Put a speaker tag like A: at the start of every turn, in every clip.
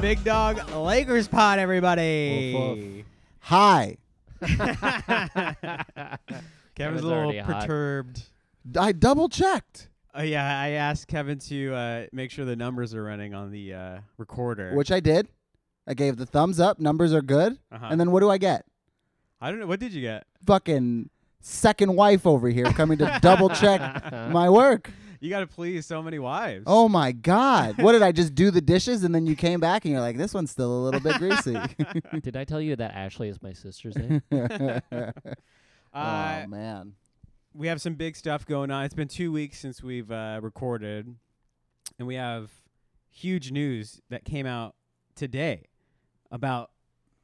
A: Big Dog Lakers Pod, everybody.
B: Woof, Hi.
A: Kevin's
C: Kevin's
A: a little
C: already hot.
A: perturbed.
B: I double checked,
A: Oh yeah, I asked Kevin to uh, make sure the numbers are running on the uh, recorder.
B: which I did. I gave the thumbs up. Numbers are good.
A: Uh-huh.
B: And then what do I get?
A: I don't know. What did you get?
B: Fucking second wife over here coming to double check my work.
A: You got to please so many wives.
B: Oh my God. What did I just do the dishes and then you came back and you're like, this one's still a little bit greasy.
C: Did I tell you that Ashley is my sister's name?
A: Uh,
B: oh man.
A: we have some big stuff going on. It's been two weeks since we've uh, recorded, and we have huge news that came out today about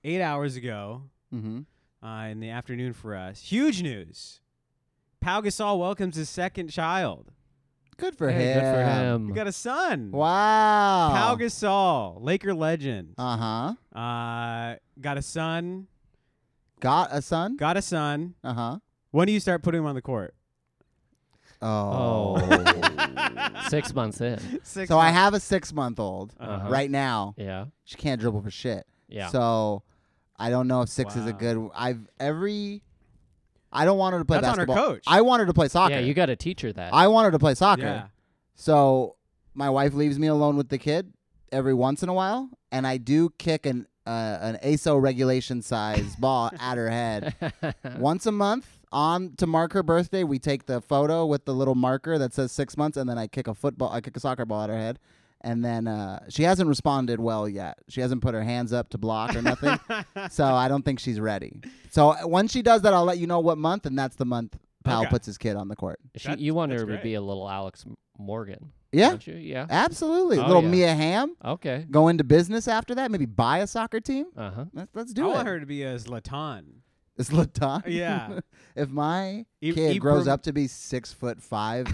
A: eight hours ago
B: Mm-hmm.
A: uh, in the afternoon for us. Huge news. Pau Gasol welcomes his second child.
B: Good for
C: Hey,
B: him.
C: good for him.
A: We got a son. Pau
B: Wow.
A: Gasol, Laker legend.
B: Uh huh.
A: Uh, got a son.
B: Got a son?
A: Got a son.
B: Uh huh.
A: When do you start putting him on the court?
B: Oh.
C: Oh. Six months in.
A: Six.
B: So I have a six month old
C: Uh-huh.
B: right now.
C: Yeah.
B: She can't dribble for shit.
C: Yeah.
B: So I don't know if six is a
A: Wow.
B: good. I've every. I don't want her to play
A: That's on her
B: basketball.
A: coach.
B: I want her to play soccer.
C: yeah, you got to teach her that.
B: I want her to play soccer.
A: Yeah.
B: So my wife leaves me alone with the kid every once in a while, and I do kick an uh, an ASO regulation size ball at her head once a month. On to mark her birthday, we take the photo with the little marker that says six months, and then I kick a football, I kick a soccer ball at her head, and then uh, she hasn't responded well yet. She hasn't put her hands up to block or nothing, so I don't think she's ready. So uh, when she does that, I'll let you know what month, and that's the month Powell
A: Okay.
B: puts his kid on the court.
C: she,
A: That-
C: you want
A: that's
C: her to
A: great.
C: be a little Alex M- Morgan.
B: Yeah,
C: Don't you? Yeah.
B: absolutely.
C: Oh,
B: little
C: yeah.
B: Mia Hamm
C: Okay.
B: go into business after that. Maybe buy a soccer team.
C: Uh huh.
B: Let's, let's
A: Oh, I
B: do
A: want
B: it.
A: her to be a Zlatan. E-
B: It's Laton.
A: Yeah.
B: if my
A: I-
B: kid
A: Ibram-
B: grows up to be six foot five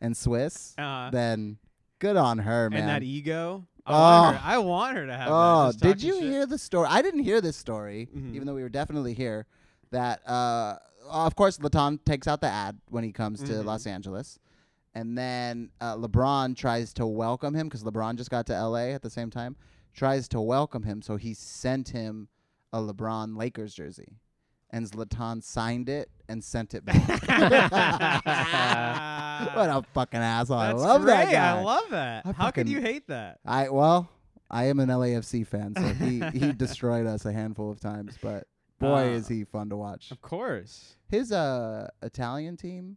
B: and Swiss,
A: Uh,
B: then good on her, man.
A: and that ego. I, want
B: Oh.
A: her, I want her to have.
B: oh,
A: that, just
B: did
A: talking
B: you
A: shit.
B: hear the story? I didn't hear this story,
A: Mhm.
B: even though we were definitely here. That uh, of course Laton takes out the ad when he comes to
A: Mhm.
B: Los Angeles, and then uh, LeBron tries to welcome him because LeBron just got to L.A. at the same time. Tries to welcome him, so he sent him a LeBron Lakers jersey, and Laton signed it and sent it back. what a fucking asshole! I
A: That's
B: love that
A: great.
B: guy.
A: I love that.
B: I
A: How could
B: fucking-
A: you hate that?
B: I well, I am an LAFC fan, so he he destroyed us a handful of times, but boy
A: Uh,
B: is he fun to watch.
A: Of course.
B: His uh Italian team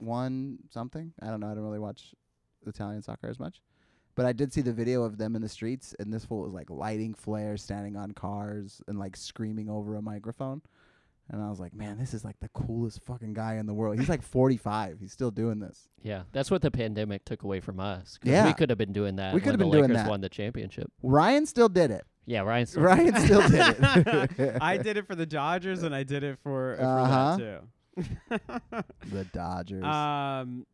B: won something. I don't know. I don't really watch Italian soccer as much. But I did see the video of them in the streets, and this fool was like lighting flares, standing on cars, and like screaming over a microphone. And I was like, man, this is like the coolest fucking guy in the world. He's like 45. He's still doing this.
C: Yeah. That's what the pandemic took away from us. 'cause
B: Yeah.
C: We could have been doing that.
B: We
C: when
B: could have
C: the
B: been doing
C: Lakers
B: that.
C: Won the championship.
B: Ryan still did it.
C: Yeah. Ryan. Still
B: Ryan still did it.
A: I did it for the Dodgers, and I did it for, uh,
B: Uh-huh.
A: for that
B: The Dodgers.
A: too. um,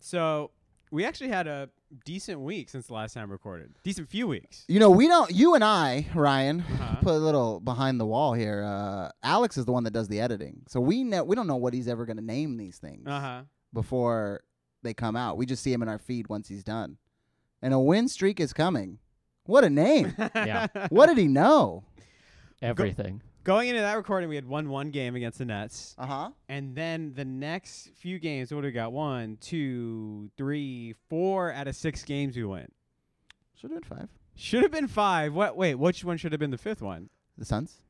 A: so we actually had a decent week since the last time recorded. Decent few weeks.
B: You know, we don't. You and I, Ryan,
A: Uh-huh.
B: put a little behind the wall here. Uh, Alex is the one that does the editing, so we know we don't know what he's ever going to name these things
A: Uh huh.
B: before they come out. We just see him in our feed once he's done. And a win streak is coming. What a name!
A: Uh-huh.
C: Yeah.
B: what did he know?
C: Everything.
A: Going into that recording, we had one one game against the Nets,
B: Uh huh.
A: and then the next few games, what do we got? One, two, three, four out of six games we went.
B: Should have been five.
A: Should have been five. What? Wait, which one should have been the fifth one?
B: The Suns.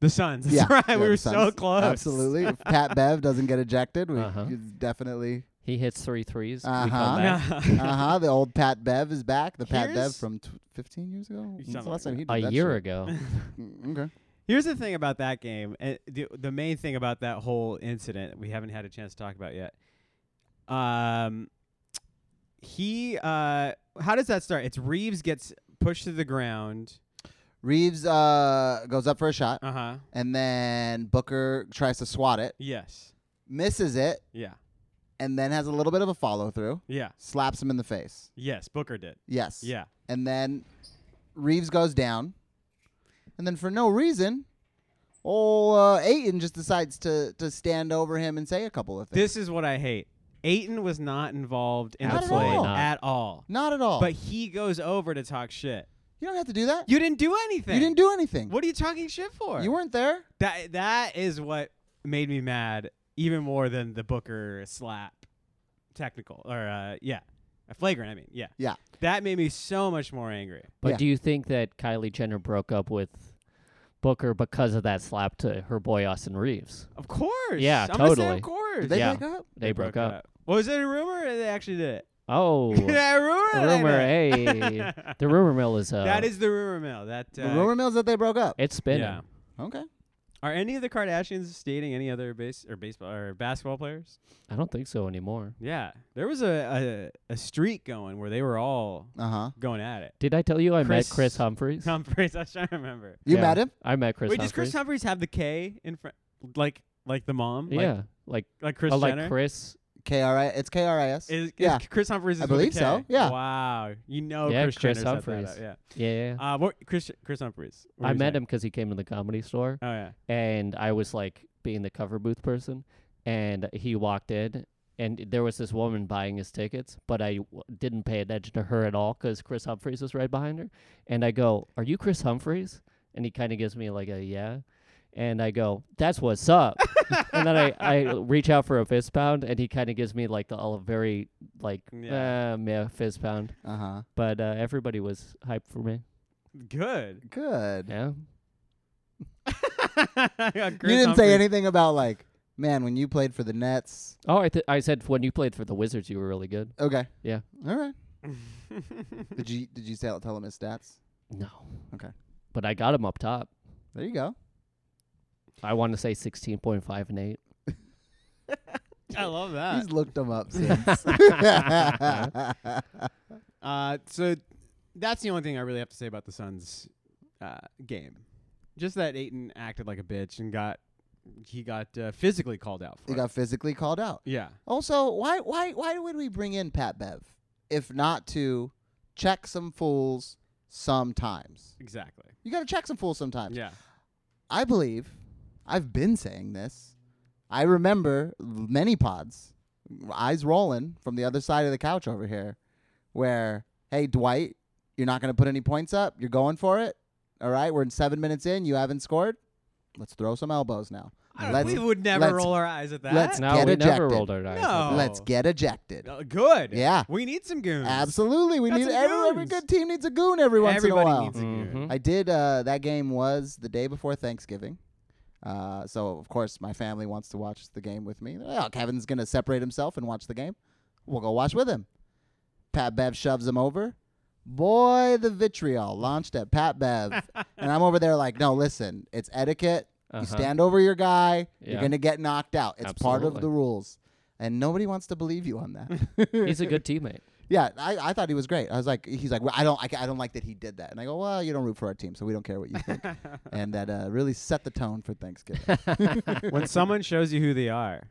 A: The Suns. That's
B: yeah,
A: right.
B: yeah,
A: we
B: the
A: were so
B: Suns.
A: close.
B: Absolutely. If Pat Bev doesn't get ejected, we
C: Uh-huh.
B: he's definitely.
C: He hits three threes. We
B: Uh-huh.
C: come back.
B: Uh huh. The old Pat Bev is back. The Pat Bev
A: Here's-
B: from t- 15 years ago. When's the
A: Something
B: last
A: like
B: time he did
C: A
B: that
C: year
B: shit?
A: Uh-huh.
C: ago.
B: Mm, Okay.
A: Here's the thing about that game, and the, the main thing about that whole incident that we haven't had a chance to talk about yet. Um, he, uh, how does that start? It's Reeves gets pushed to the ground.
B: Reeves uh, goes up for a shot,
A: Uh huh.
B: and then Booker tries to swat it,
A: Yes.
B: misses it,
A: Yeah.
B: and then has a little bit of a follow through,
A: Yeah.
B: slaps him in the face.
A: Yes. Booker did.
B: Yes.
A: Yeah.
B: And then Reeves goes down, and then for no reason, old uh, Aiton just decides to to stand over him and say a couple of things.
A: This is what I hate. Aiton was not involved in
B: Not
A: the
B: at
A: play
B: all.
A: at all.
B: Not at all.
A: But he goes over to talk shit.
B: You don't have to do that.
A: You didn't do anything.
B: You didn't do anything.
A: What are you talking shit for?
B: You weren't there.
A: that that is what made me mad even more than the Booker slap technical or uh yeah. A flagrant, I mean, yeah.
B: Yeah.
A: That made me so much more angry.
C: But
B: Yeah.
C: do you think that Kylie Jenner broke up with Booker because of that slap to her boy Austin Reeves?
A: Of course.
C: Yeah,
A: I'm gonna say
C: totally.
A: of course.
B: Did they
C: Yeah.
B: break up?
C: They, broke, up.
A: Well, was it a rumor or they actually did it?
C: Oh, the
A: yeah, rumor. that they
C: rumor.
A: did.
C: Hey, the rumor mill is. Uh,
A: that is the rumor mill. That uh,
B: The rumor mill's that they broke up.
C: It's spinning.
A: Yeah.
B: Okay.
A: Are any of the Kardashians dating any other base or baseball or basketball players?
C: I don't think so anymore.
A: Yeah, there was a a, a streak going where they were all
B: Uh huh.
A: going at it.
C: Did I tell you I
A: Chris-
C: met Chris Humphries?
A: Humphreys, I was trying to remember.
B: You
C: Yeah.
B: met him?
C: I met Chris.
A: Wait,
C: Humphries.
A: does Chris Humphreys have the K in front, like like the mom?
C: Yeah,
A: like,
C: like, like,
A: like Chris
C: oh, like
A: Jenner.
C: Chris.
B: K R I. It's K R I S.
A: Is, is
B: Yeah.
A: Chris Humphreys. Is
B: I
A: with a
B: believe
A: K?
B: so, yeah.
A: Wow, you know
C: Yeah,
A: Chris,
C: Chris
A: Jenner set that
C: Humphreys.
A: up, Yeah.
C: Yeah, yeah.
A: Uh, what Chris Chris Humphreys? what
C: I
A: were you
C: met
A: saying?
C: him because he came to the comedy store,
A: Oh yeah.
C: and I was like being the cover booth person, and he walked in. And there was this woman buying his tickets, but I w- didn't pay attention to her at all because Chris Humphries was right behind her. And I go, "Are you Chris Humphries?" And he kind of gives me like a yeah, and I go, "That's what's up." and then I, I reach out for a fist pound, and he kind of gives me like the all very like
A: Yeah.
C: yeah. yeah fist pound.
B: Uh huh.
C: but uh, everybody was hyped for me.
A: Good.
B: Good.
C: Yeah,
A: you
B: you didn't say anything about like, man, when you played for the Nets.
C: Oh, I th- I said when you played for the Wizards, you were really good.
B: Okay.
C: Yeah.
B: All right.
A: anything.
B: Did you did you tell tell him his stats?
C: No.
B: Okay.
C: But I got him up top.
B: There you go.
C: I want to say sixteen point five and eight.
A: I love that.
B: He's looked him up since.
A: Uh, so that's the only thing I really have to say about the Suns uh, game. Just that Aiton acted like a bitch and got he got uh, physically called out for.
B: he
A: it.
B: got physically called out.
A: yeah,
B: Also, why why why would we bring in Pat Bev if not to check some fools sometimes?
A: exactly.
B: You got to check some fools sometimes.
A: Yeah,
B: I believe I've been saying this. I remember many pods, eyes rolling from the other side of the couch over here, where, hey, Dwight, you're not going to put any points up. You're going for it. All right. We're in seven minutes in. You haven't scored. Let's throw some elbows now.
A: I don't,
B: Let's-
A: we would never
B: let's-
A: roll our eyes at that.
B: let's-
C: No,
B: get
C: we never
B: ejected.
C: rolled our dice.
A: No.
B: Let's get ejected.
A: Uh, good.
B: Yeah.
A: we need some goons.
B: Absolutely. We
A: Got
B: need
A: some
B: every, every
A: goons.
B: good team needs a goon every once
A: Everybody
B: in a while.
A: needs a goon.
C: Mhm.
B: I did. Uh, that game was the day before Thanksgiving. Uh, so of course my family wants to watch the game with me. Oh, Kevin's gonna separate himself and watch the game. We'll go watch with him. Pat Bev shoves him over. Boy, the vitriol launched at Pat Bev, and I'm over there like, no, listen, it's etiquette.
C: Uh-huh.
B: You stand over your guy, you're
C: Yeah.
B: gonna get knocked out. It's part of
C: Absolutely.
B: the rules, and nobody wants to believe you on that.
C: He's a good teammate.
B: Yeah, I, I thought he was great. I was like, he's like, well, I don't, I, I don't like that he did that. And I go, well, you don't root for our team, so we don't care what you think. and that uh, really set the tone for Thanksgiving.
A: when someone shows you who they are,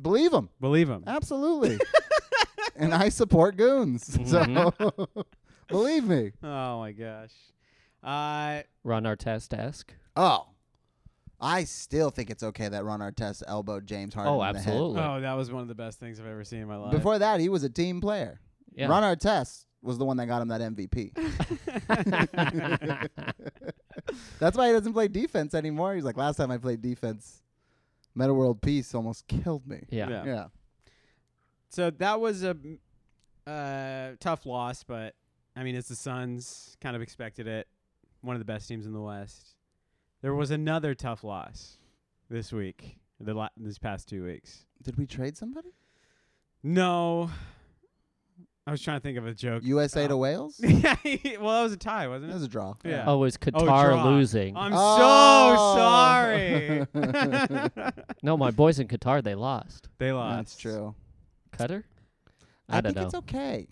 B: Believe him,
A: believe them.
B: absolutely. and I support goons, so believe me.
A: Oh my gosh. Uh,
C: Ron Artest esque.
B: Oh, I still think it's okay that Ron Artest elbowed James Harden.
C: Oh,
B: in the head.
C: absolutely.
A: oh, that was one of the best things I've ever seen in my life.
B: Before that, he was a team player.
C: Yeah.
B: Ron Artest was the one that got him that MVP. That's why he doesn't play defense anymore. He's like, last time I played defense, Meta World Peace almost killed me.
C: yeah.
A: Yeah.
B: Yeah.
A: So that was a mm, uh, tough loss, but I mean, it's the Suns. Kind of expected it. One of the best teams in the West. There was another tough loss this week. The la- these past two weeks.
B: Did we trade somebody?
A: No, I was trying to think of a joke.
B: USA to
A: Oh.
B: Wales? That
A: yeah. well, it was a tie, wasn't
B: was
A: it?
B: a draw.
A: Yeah.
C: Oh, is
A: Oh,
C: Qatar
A: draw.
C: losing?
A: I'm
B: Oh.
A: so sorry.
C: no, my boys in Qatar they lost.
A: they lost.
B: That's true.
C: Cutter. I, don't
B: think
C: know.
B: it's okay.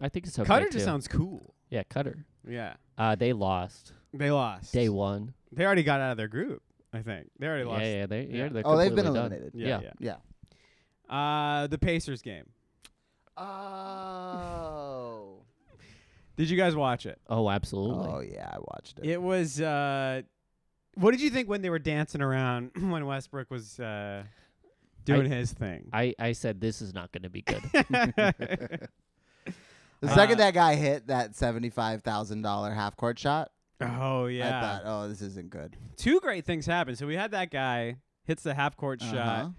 C: I think it's okay.
A: Cutter
C: too.
A: just sounds cool.
C: Yeah, Cutter.
A: Yeah.
C: Uh, they lost
A: They lost.
C: day one.
A: They already got out of their group. I think they already
C: Yeah,
A: lost.
C: yeah, they,
A: Yeah.
C: yeah. they're
B: oh, they've been
C: completely done.
B: eliminated.
A: Yeah.
C: Yeah.
A: yeah.
B: Yeah.
A: Uh, the Pacers game.
B: Oh.
A: Did you guys watch it?
C: Oh, absolutely.
B: oh, yeah. I watched it.
A: It was. Uh, what did you think when they were dancing around when Westbrook was uh, doing his thing?
C: I, I said this is not going to be good.
A: uh,
B: The
A: Uh,
B: second that guy hit that seventy-five thousand dollar half-court shot,
A: Oh yeah.
B: I thought, "Oh, this isn't good."
A: Two great things happened. So we had that guy hits the half court
B: Uh-huh.
A: shot.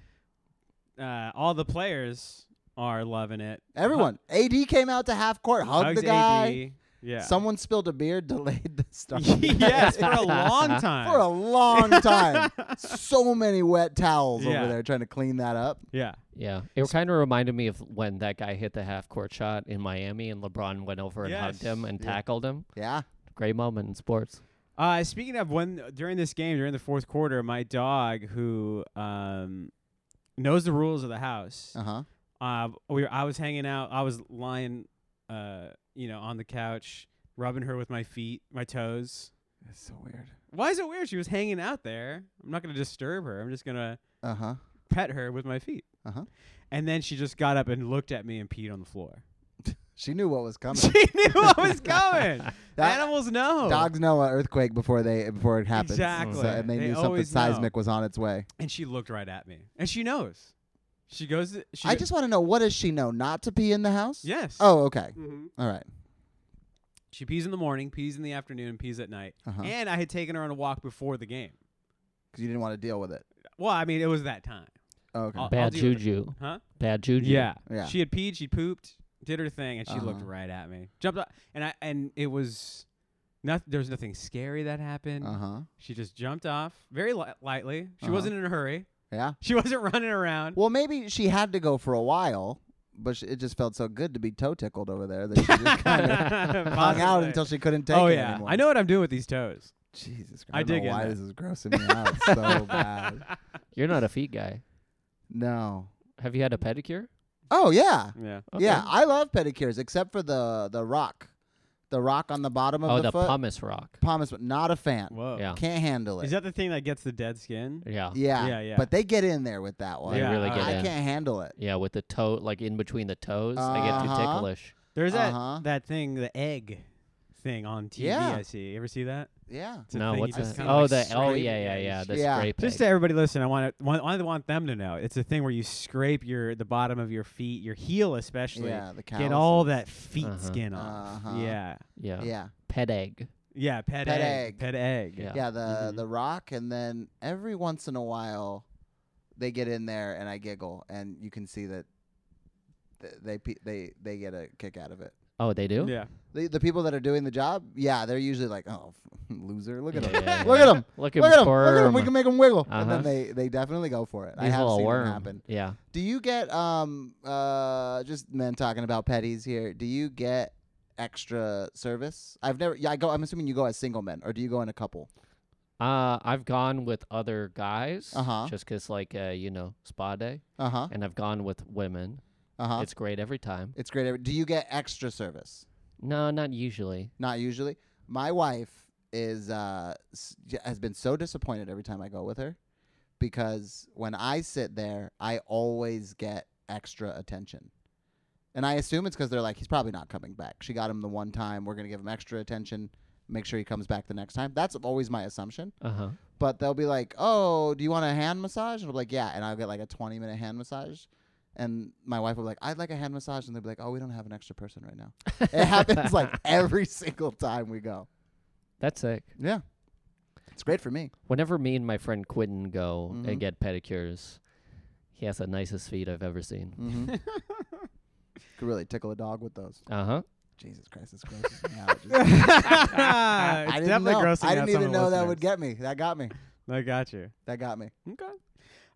A: Uh, all the players are loving it.
B: Everyone, AD came out to half-court,
A: Hu-
B: hugged
A: hugs
B: the guy.
A: AD. Yeah.
B: Someone spilled a beer, delayed the start
A: yes, for a long time.
B: for a long time. so many wet towels
A: Yeah.
B: over there trying to clean that up.
A: yeah.
C: Yeah, it kind of reminded me of when that guy hit the half court shot in Miami, and LeBron went over and hugged him
A: Yes.
C: and
B: Yeah.
C: tackled him.
B: Yeah.
C: Great moment in sports.
A: Uh, speaking of when during this game during the fourth quarter, my dog who um, knows the rules of the house,
B: Uh huh.
A: uh, we were, I was hanging out, I was lying, uh, you know, on the couch, rubbing her with my feet, my toes.
B: That's so weird.
A: Why is it weird? She was hanging out there. I'm not gonna disturb her. I'm just gonna
B: Uh huh.
A: pet her with my feet.
B: Uh-huh.
A: And then she just got up and looked at me and peed on the floor.
B: She knew what was coming.
A: she knew what was going.
B: That-
A: Animals know.
B: Dogs know an earthquake before they before it happens.
A: Exactly.
B: So, and they,
A: They
B: knew something
A: always know.
B: seismic was on its way.
A: And she looked right at me. And she knows. She goes. to- She
B: I
A: go-
B: just want to know what does she know? Not to pee in the house?
A: Yes.
B: Oh, okay.
A: hmm
B: All right.
A: She pees in the morning, pees in the afternoon, and pees at night.
B: Uh-huh.
A: And I had taken her on a walk before the game.
B: Because you didn't want to deal with it. I
A: Well, I mean, it was that time.
B: okay.
A: I'll-
C: Bad
A: deal with it.
C: juju.
A: Huh?
C: Bad juju.
A: Yeah.
B: Yeah.
A: Uh, She had peed, she pooped, did her thing, and she looked
B: Uh-huh.
A: right at me. Jumped up, and I and it was, not, there was nothing scary that happened.
B: Uh huh.
A: She just jumped off very li- lightly. She
B: Uh-huh.
A: wasn't in a hurry.
B: Yeah.
A: She wasn't running around.
B: Well, maybe she had to go for a while, but sh it just felt so good to be toe tickled over there that she just kind of hung out
A: Possibly.
B: until she couldn't take
A: Oh
B: it
A: yeah,
B: anymore.
A: I know what I'm doing with these toes.
B: Jesus Christ.
A: I
B: I, don't
A: dig it
B: know why
A: now.
B: this is grossing me out so bad.
C: You're not a feet guy.
B: No.
C: Have you had a pedicure?
B: Oh yeah.
A: Yeah.
B: Yeah,
C: Okay.
B: I love pedicures except for the the rock. The rock on the bottom of
C: Oh,
B: the,
C: the
B: foot.
C: pumice rock.
B: Pumice, but not a fan.
A: Whoa.
C: Yeah.
B: Can't handle it.
A: Is that the thing that gets the dead skin?
C: Yeah.
B: yeah.
A: Yeah, yeah.
B: But they get in there with that one.
C: They
A: Yeah,
C: really
A: uh,
C: get
B: I
C: in.
B: can't handle it.
C: Yeah, with the toe, like in between the toes, I get too
B: Uh-huh.
C: ticklish.
A: There's
B: Uh-huh.
A: that that thing, the egg thing on TV.
B: Yeah.
A: I see. You ever see that?
B: Yeah.
A: It's a
C: no,
A: thing you
C: what's
A: just
C: that?
A: kinda
C: Oh,
A: like
C: the oh
A: scrape.
C: yeah yeah
A: you
C: yeah
A: just-
C: the
B: Yeah.
C: scrape.
A: Just
C: egg.
A: to everybody listen, I want to want, I want them to know it's a thing where you scrape your the bottom of your feet, your heel especially,
B: Yeah, the
A: get all
B: calluses.
A: that feet
C: Uh-huh.
A: skin off.
B: Uh-huh.
A: Yeah,
C: yeah.
B: Yeah.
C: pet egg.
A: yeah, pet,
B: Pet
A: egg,
B: egg.
A: pet egg.
C: Yeah. Mm-hmm.
B: Yeah, the
A: Mhm.
B: the rock and then every once in a while they get in there and I giggle and you can see that th- they pe- they they get a kick out of it.
C: Oh, they do.
A: yeah.
B: The, the people that are doing the job, yeah, they're usually like, "Oh, loser, look at
C: Yeah,
B: him.
C: yeah,
B: Look
C: yeah.
B: at him.
C: Look at
B: Look at him. Look at him.
C: squirm.
B: We can make him wiggle." And
C: Uh-huh.
B: then they they definitely go for it. I
C: He's a
B: have
C: little
B: seen
C: worm.
B: it happen.
C: Yeah.
B: Do you get um uh just men talking about petties here? Do you get extra service? I've never. Yeah, I go. I'm assuming you go as single men, or do you go in a couple?
C: Uh, I've gone with other guys,
B: Uh-huh.
C: just 'cause like uh, you know, spa day,
B: Uh huh.
C: and I've gone with women.
B: Uh huh.
C: It's great every time.
B: It's great. Do you get extra service?
C: No, not usually.
B: Not usually. My wife is uh, s- j- has been so disappointed every time I go with her because when I sit there, I always get extra attention. And I assume it's because they're like, he's probably not coming back. She got him the one time. We're going to give him extra attention, make sure he comes back the next time. That's always my assumption.
C: Uh huh.
B: But they'll be like, oh, do you want a hand massage? And I'm like, yeah. And I'll get like a 20 minute hand massage. And my wife will be like, I'd like a hand massage. And they'll be like, oh, we don't have an extra person right now. It happens like every single time we go.
C: That's sick.
B: Yeah. It's great for me.
C: Whenever me and my friend Quinton go
B: Mhm.
C: and get pedicures, he has the nicest feet I've ever seen.
B: Mm-hmm. Could really tickle a dog with those.
C: Uh huh.
B: Jesus Christ, it's grossing me out. Just-
A: I
B: I didn't know. I didn't even know that would get me. That got me.
A: I got you.
B: That got me.
A: Okay.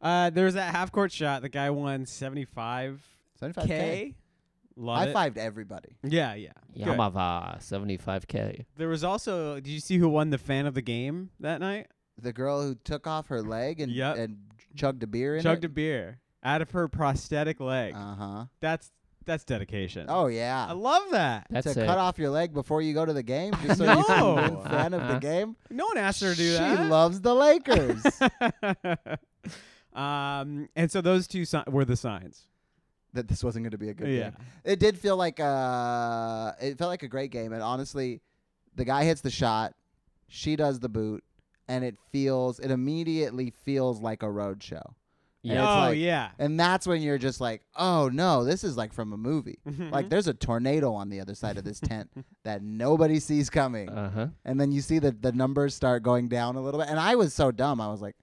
A: Uh, there was that half court shot. The guy won 75K.
B: 75K.
A: Love
B: High
A: it.
B: fived everybody.
A: Yeah, yeah. Good.
C: Yamava, 75k.
A: There was also, did you see who won the fan of the game that night?
B: The girl who took off her leg and
A: Yep.
B: and chugged a beer in
A: Chugged
B: it.
A: a beer out of her prosthetic leg.
B: Uh huh.
A: that's that's dedication.
B: Oh yeah.
A: I love that.
C: That's
B: to
C: it.
B: cut off your leg before you go to the game, just so you can
A: No.
B: win fan of the game.
A: No one asked her to do
B: she
A: that.
B: loves the Lakers.
A: um, and so those two si- were the signs.
B: that this wasn't going to be a good
A: yeah.
B: game. It did feel like uh, it felt like a great game, and honestly, the guy hits the shot, she does the boot, and it feels it immediately feels like a road show. And
C: Yeah.
B: it's
A: oh
B: like-
A: yeah.
B: And that's when you're just like, oh no, this is like from a movie.
A: Mm-hmm.
B: Like there's a tornado on the other side of this tent that nobody sees coming.
C: Uh huh.
B: and then you see that the numbers start going down a little bit. And I was so dumb. I was like,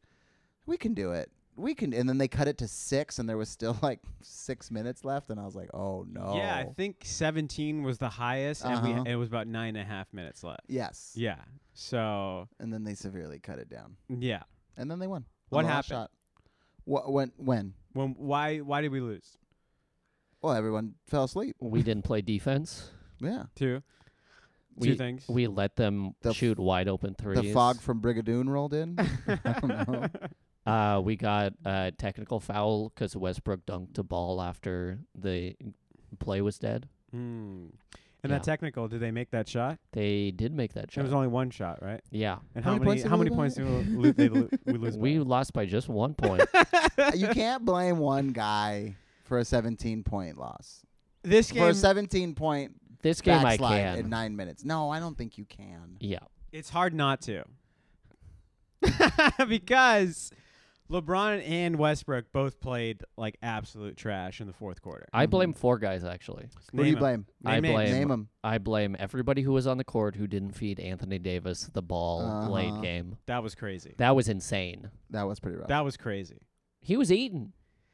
B: we can do it. We can. And then they cut it to six, and there was still like six minutes left. And I was like, oh no.
A: Yeah, I think 17 was the highest, and
B: Uh-huh.
A: we, it was about nine and a half minutes left.
B: yes.
A: Yeah. So
B: And then they severely cut it down.
A: yeah,
B: And then they won. on
A: What
B: the last
A: happened?
B: Shot. What, when? When?
A: when why why did we lose?
B: Well, everyone fell asleep.
C: We didn't play defense.
B: Yeah.
A: Two.
C: We,
A: Two things.
C: We let them
B: The f-
C: shoot wide open threes.
B: The fog from Brigadoon rolled in. I don't know.
C: Uh, we got a technical foul because Westbrook dunked a ball after the play was dead.
A: Hmm. And
C: Yeah.
A: that technical, did they make that shot?
C: They did make that
A: It was
C: shot.
A: only one shot, right?
C: Yeah.
A: And
B: How
A: how,
B: many
A: many
B: points did
A: how
B: we
A: many
B: lose
A: points
B: by?
A: do we, lo- they lo- we lose?
C: We
A: by?
C: lost by just one point.
B: you can't blame one guy for a 17 point loss.
A: this
B: For
A: game
B: a 17 point
C: this game I
B: backslide at
C: can.
B: nine minutes. No, I don't think you can.
C: Yeah.
A: it's hard not to. because LeBron and Westbrook both played like absolute trash in the fourth quarter.
C: I
B: Mhm.
C: blame four guys actually.
B: Who do you blame?
C: I blame-
B: Name them.
C: I blame everybody who was on the court who didn't feed Anthony Davis the ball
B: Uh-huh.
C: late game.
A: That was crazy.
C: That was insane.
B: That was pretty rough.
A: That was crazy.
C: He was eating.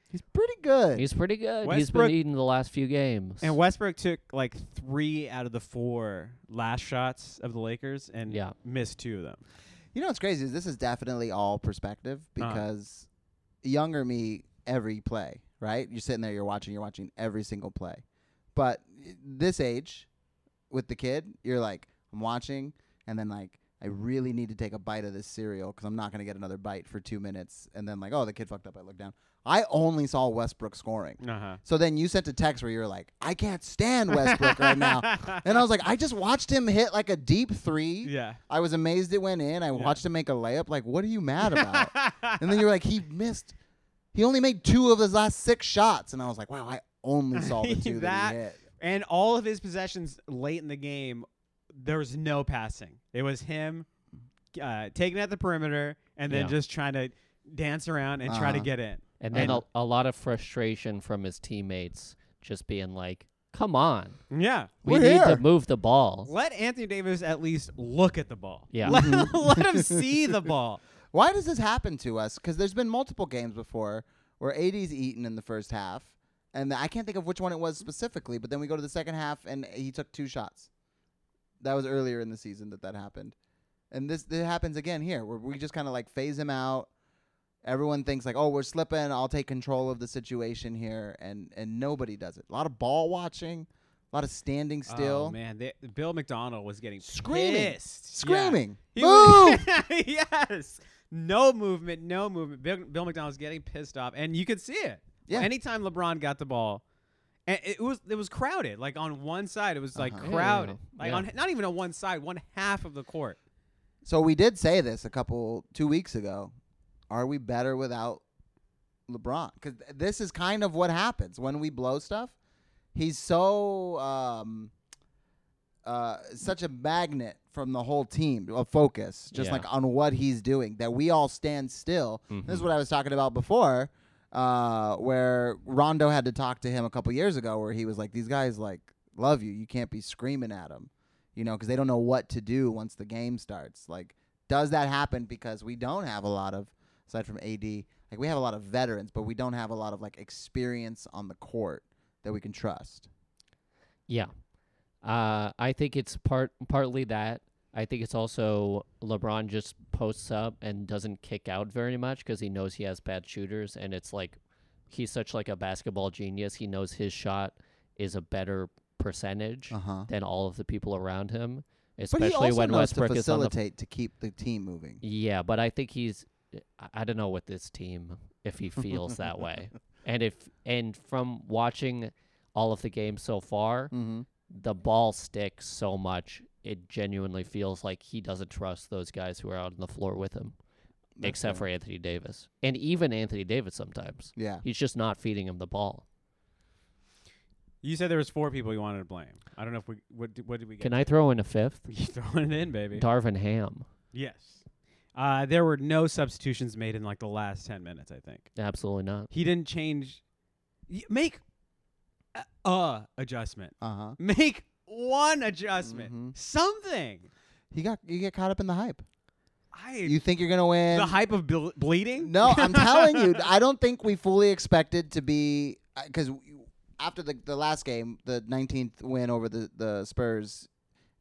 B: He's pretty good.
C: He's pretty good. He's
A: Westbrook-
C: been eating the last few games.
A: And Westbrook took like three out of the four last shots of the Lakers and
C: Yeah.
A: missed two of them.
B: you know what's crazy is this is definitely all perspective
A: Uh-huh.
B: because younger me every play, right? You're sitting there, you're watching, you're watching every single play. But this age with the kid, you're like, I'm watching and then like I really need to take a bite of this cereal because I'm not going to get another bite for two minutes. And then, like, oh, the kid fucked up. I look down. I only saw Westbrook scoring.
C: Mm.
A: Uh huh.
B: So then you sent a text where you were like, I can't stand Westbrook right now. And I was like, I just watched him hit like a deep three.
A: Yeah.
B: I was amazed it went in. I watched him make a layup. Like, what are you mad about? and then you were like, he missed. He only made two of his last six shots. And I was like, wow, I only saw the two that,
A: That-
B: he hit.
A: And all of his possessions late in the game, there was no passing. It was him uh, taking at the perimeter and then
C: Yeah.
A: just trying to dance around and try to
B: Uh-huh.
A: get in.
C: And then
A: And-
C: a, a lot of frustration from his teammates just being like, come on,
A: Yeah.
C: we
B: We're
C: need to
B: here."
C: move the ball.
A: Let Anthony Davis at least look at the ball.
C: Yeah.
A: Let,
B: Mm-hmm.
A: let him see the ball.
B: Why does this happen to us? Because there's been multiple games before where AD's eaten in the first half. And I can't think of which one it was specifically, but then we go to the second half and he took two shots. That was earlier in the season that that happened. And this it happens again here where we just kind of like phase him out. Everyone thinks like, "Oh, we're slipping. I'll take control of the situation here." And and nobody does it. A lot of ball watching, a lot of standing still,
A: Oh, man, they, Bill McDonald was getting
B: Screaming.
A: pissed. Yeah.
B: screaming.
A: He
B: Move!
A: was- yes. No movement, no movement. Bill, Bill McDonald's getting pissed off, and you could see it.
B: Yeah.
A: Anytime LeBron got the ball, and it was it was crowded. Like on one side, it was like
B: Uh-huh.
C: Yeah,
A: crowded.
C: yeah,
A: Like
C: yeah.
A: on not even on one side, one half of the court.
B: So we did say this a couple two weeks ago. Are we better without LeBron? Because this is kind of what happens when we blow stuff. He's so um, uh, such a magnet from the whole team, a focus, just
C: Yeah.
B: like on what he's doing, that we all stand still. This is
C: Mm-hmm.
B: what I was talking about before, uh, where Rondo had to talk to him a couple years ago, where he was like, "These guys like love you. You can't be screaming at them, you know, because they don't know what to do once the game starts." Like, does that happen because we don't have a lot of aside from AD, like we have a lot of veterans, but we don't have a lot of like experience on the court that we can trust.
C: Yeah. Uh, I think it's part partly that. I think it's also LeBron just posts up and doesn't kick out very much because he knows he has bad shooters, and it's like he's such like a basketball genius. He knows his shot is a better percentage
B: huh.
C: than all of the people around him,
B: Uh-huh. But
C: Uh-huh.
B: he
C: especially
B: also
C: when
B: knows
C: Westbrook
B: to
C: is on the
B: facilitate to keep the team moving.
C: Yeah, but I think he's. I- I don't know with this team if he feels that way, and if and from watching all of the games so far,
B: Mm-hmm.
C: the ball sticks so much it genuinely feels like he doesn't trust those guys who are out on the floor with him, except for Anthony Davis, and even Anthony Davis sometimes
B: yeah.
C: he's just not feeding him the ball.
A: You said there was four people you wanted to blame. I don't know if we what did, what did we get?
C: Can I throw in a fifth?
A: you throwing it in, baby?
C: Darvin Ham.
A: yes. Uh, there were no substitutions made in like the last ten minutes. I think
C: Absolutely not.
A: he didn't change. y- Make a, a adjustment.
B: Uh huh.
A: Make one adjustment.
B: Mhm.
A: Something.
B: He got you get caught up in the hype.
A: I
B: You think you're gonna win?
A: the hype of ble- bleeding.
B: No, I'm telling you, I don't think we fully expected to be uh, because after the the last game, the 19th win over the the Spurs,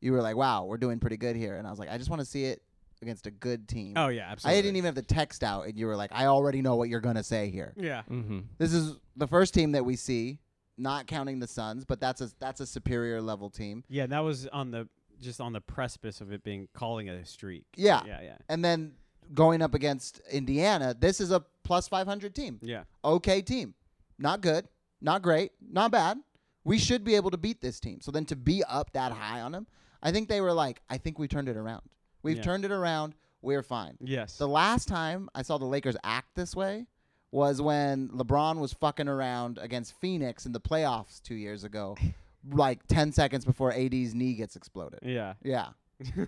B: you were like, "Wow, we're doing pretty good here," and I was like, "I just want to see it against a good team."
A: Oh yeah, absolutely.
B: I didn't even have the text out, and you were like, "I already know what you're gonna say here."
A: Yeah.
C: Mm-hmm.
B: This is the first team that we see, not counting the Suns, but that's a that's a superior level team.
A: Yeah, and that was on the just on the precipice of it being calling it a streak.
B: Yeah.
A: Yeah, yeah.
B: And then going up against Indiana, this is a plus 500 team.
A: Yeah.
B: okay team. Not good, not great, not bad. We should be able to beat this team. So then to be up that high on them, I think they were like, I think we turned it around. We've
A: Yeah.
B: turned it around. We're fine.
A: Yes.
B: The last time I saw the Lakers act this way was when LeBron was fucking around against Phoenix in the playoffs two years ago, like 10 seconds before AD's knee gets exploded.
A: yeah.
B: Yeah.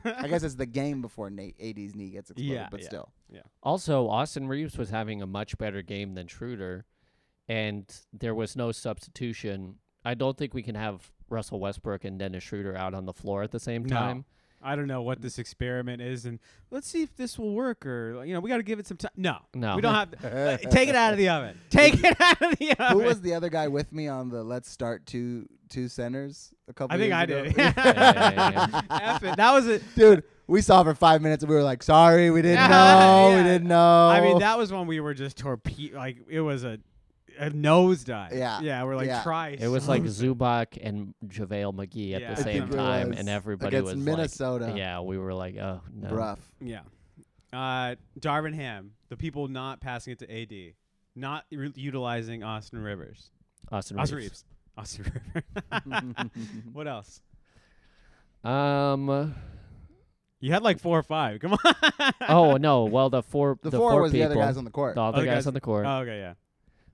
B: I guess it's the game before Nate, AD's knee gets exploded,
A: Yeah,
B: but
A: yeah.
B: still.
C: Also, Austin Reeves was having a much better game than Truder, and there was no substitution. I don't think we can have Russell Westbrook and Dennis Schroeder out on the floor at the same
A: No.
C: time.
A: I don't know what this experiment is, and let's see if this will work, or you know, we got to give it some time. No,
C: No.
A: we don't have. uh, take it out of the oven. Take it out of the oven.
B: Who was the other guy with me on the let's start two two centers a couple
A: I think
B: years
A: I
B: ago?
A: did.
C: yeah,
A: F it. That was it.
B: Dude, we saw for five minutes and we were like, sorry, we didn't
A: Yeah,
B: know.
A: yeah.
B: We didn't know.
A: I mean, that was when we were just torpedo. Like it was a, a nosedive.
B: Yeah,
A: Yeah. We're like
B: yeah.
A: try.
C: It was like
A: something."
C: Zubac and JaVale McGee at
A: Yeah. I
C: the same
A: think it
C: time,
B: was
C: and everybody
B: against
C: was
B: Minnesota.
C: like, "Yeah, we were like, oh no."
B: rough.
A: Yeah. Uh, Darvin Ham, the people not passing it to AD, not re- utilizing Austin Rivers.
C: Austin,
A: Austin
C: Reeves.
A: Reeves. Austin Rivers. what else?
C: Um.
A: You had like four or five. Come on.
C: Oh no. Well, the four.
B: The,
C: the
B: four, was
C: people,
B: the other guys on the court.
C: the other
A: Other
C: guys,
A: guys-
C: on the court.
A: Oh, okay. Yeah.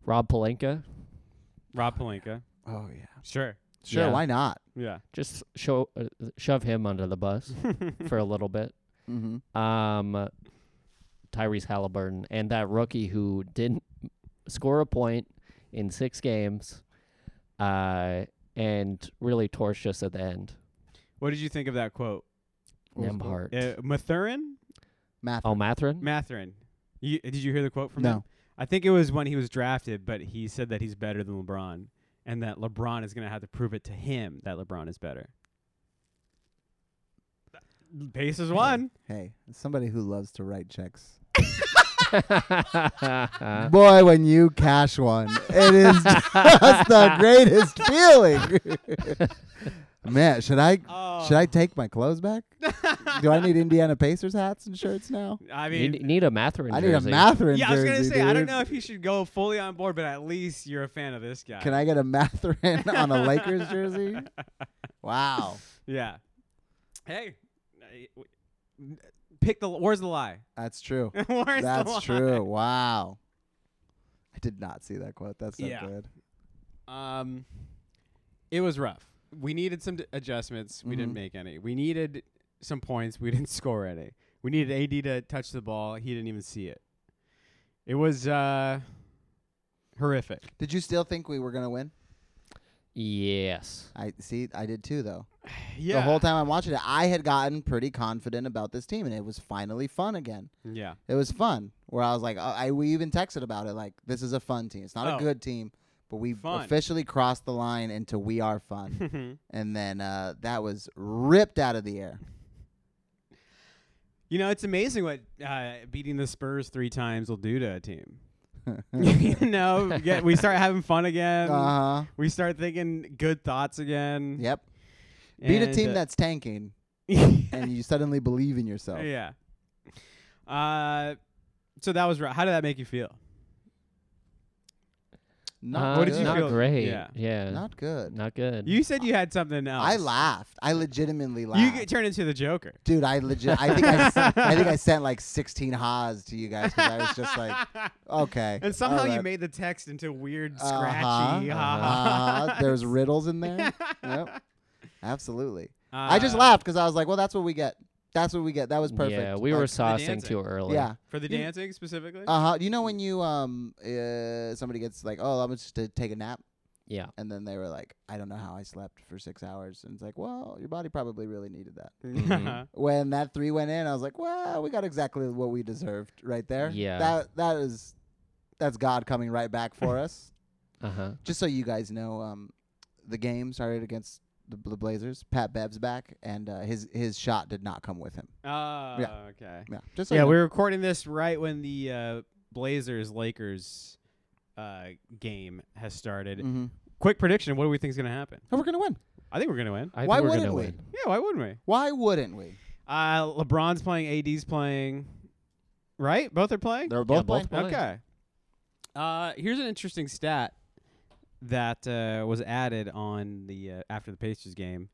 C: Rob Palenka.
A: Rob Palenka.
B: oh yeah.
A: Sure.
B: Sure,
C: Yeah.
B: why not?
A: Yeah.
C: Just show, uh, shove him under the bus for a little bit.
B: Mm-hmm.
C: Um, Tyrese Halliburton and that rookie who didn't score a point in six games, uh, and really torched us at the end.
A: What did you think of that quote?
C: Nembhard.
A: Uh, Mathurin?
B: Math.
C: Oh, Matherin.
A: Matherin. You, did you hear the quote from
B: No.
A: him? I think it was when he was drafted, but he said that he's better than LeBron and that LeBron is going to have to prove it to him that LeBron is better. Pace is one.
B: Hey, as somebody who loves to write checks.
C: yeah,
B: Boy, when you cash one, it is just the greatest feeling. Man, should I
A: Oh.
B: should I take my clothes back? Do I need Indiana Pacers hats and shirts now?
A: I
C: you
A: mean,
C: n- need a Matherin.
B: I need a
C: jersey.
B: Matherin
A: yeah, I was
B: jersey.
A: going to say, I don't
B: dude.
A: know if you should go fully on board, but at least you're a fan of this guy.
B: Can I get a Matherin on a Lakers jersey? Wow.
A: Yeah. Hey, I- w- pick the. Where's the lie?
B: That's true.
A: where's the lie?
B: That's true. Wow. I did not see that quote. That's so
A: Yeah.
B: good.
A: Um, it was rough. We needed some d- adjustments. We didn't
B: Mhm.
A: make any. We needed some points. We didn't score any. We needed AD to touch the ball. He didn't even see it. It was uh, horrific.
B: Did you still think we were gonna win?
C: Yes.
B: I see I did too though.
A: Yeah.
B: The whole time I'm watching it, I had gotten pretty confident about this team and it was finally fun again.
A: Yeah.
B: It was fun. Where I was like, I we even texted about it, like, this is a fun team. It's not
A: Oh.
B: a good team, but we
A: Fun.
B: officially crossed the line into we are fun. and then uh, that was ripped out of the air.
A: you know, it's amazing what uh, beating the Spurs three times will do to a team. you know, get, we start having fun again.
B: Uh huh.
A: We start thinking good thoughts again.
B: Yep. Beat a
A: And,
B: team
A: uh,
B: that's tanking, and you suddenly believe in yourself.
A: Yeah. Uh, so that was right. How did that make you feel?
B: Not
C: Uh,
A: What did you
C: not
A: feel?
C: great.
A: Yeah.
B: Not good.
C: Not good.
A: You said you had something else.
B: I laughed. I legitimately
A: You
B: laughed.
A: get turned into the Joker.
B: Dude, I legit. I think I, sent, I think I sent like 16 ha's to you guys because I was just like, okay.
A: and somehow
B: all
A: you
B: right.
A: made the text into weird,
B: Uh-huh,
A: scratchy. ha
B: uh-huh. There's riddles in there. yep. Absolutely.
A: ha.
B: I just
A: Uh,
B: laughed because I was like, well, that's what we get. That's what we get. That was perfect.
C: Yeah, we were
B: Like,
C: saucing
A: dancing.
C: too early.
B: Yeah.
A: For the
B: You-
A: dancing specifically?
B: Uh huh. You know when you um uh, somebody gets like, oh, I'm just to take a nap,
C: Yeah.
B: and then they were like, I don't know how I slept for six hours, and it's like, well, your body probably really needed that.
C: mhm.
B: When that three went in, I was like, well, we got exactly what we deserved right there.
C: Yeah.
B: That that is, that's God coming right back for us.
C: Uh huh.
B: Just so you guys know, um, the game started against the, the Blazers. Pat Bev's back, and uh, his his shot did not come with him.
A: oh, okay.
B: Yeah. Just so
A: yeah,
B: you know.
A: we were recording this right when the uh, Blazers Lakers uh, game has started.
B: Mhm.
A: Quick prediction: What do we think is going to happen?
B: And we're gonna win.
A: I think we're going to win.
C: I
B: Why
C: think we're
B: wouldn't
C: gonna
B: we?
C: win.
A: Yeah, why wouldn't we?
B: Why wouldn't we?
A: Uh, LeBron's playing, AD's playing, right? Both are playing.
B: They're
C: Yeah,
B: both playing.
C: both playing.
A: Okay. Uh, here's an interesting stat that uh, was added on the uh, after the Pacers game.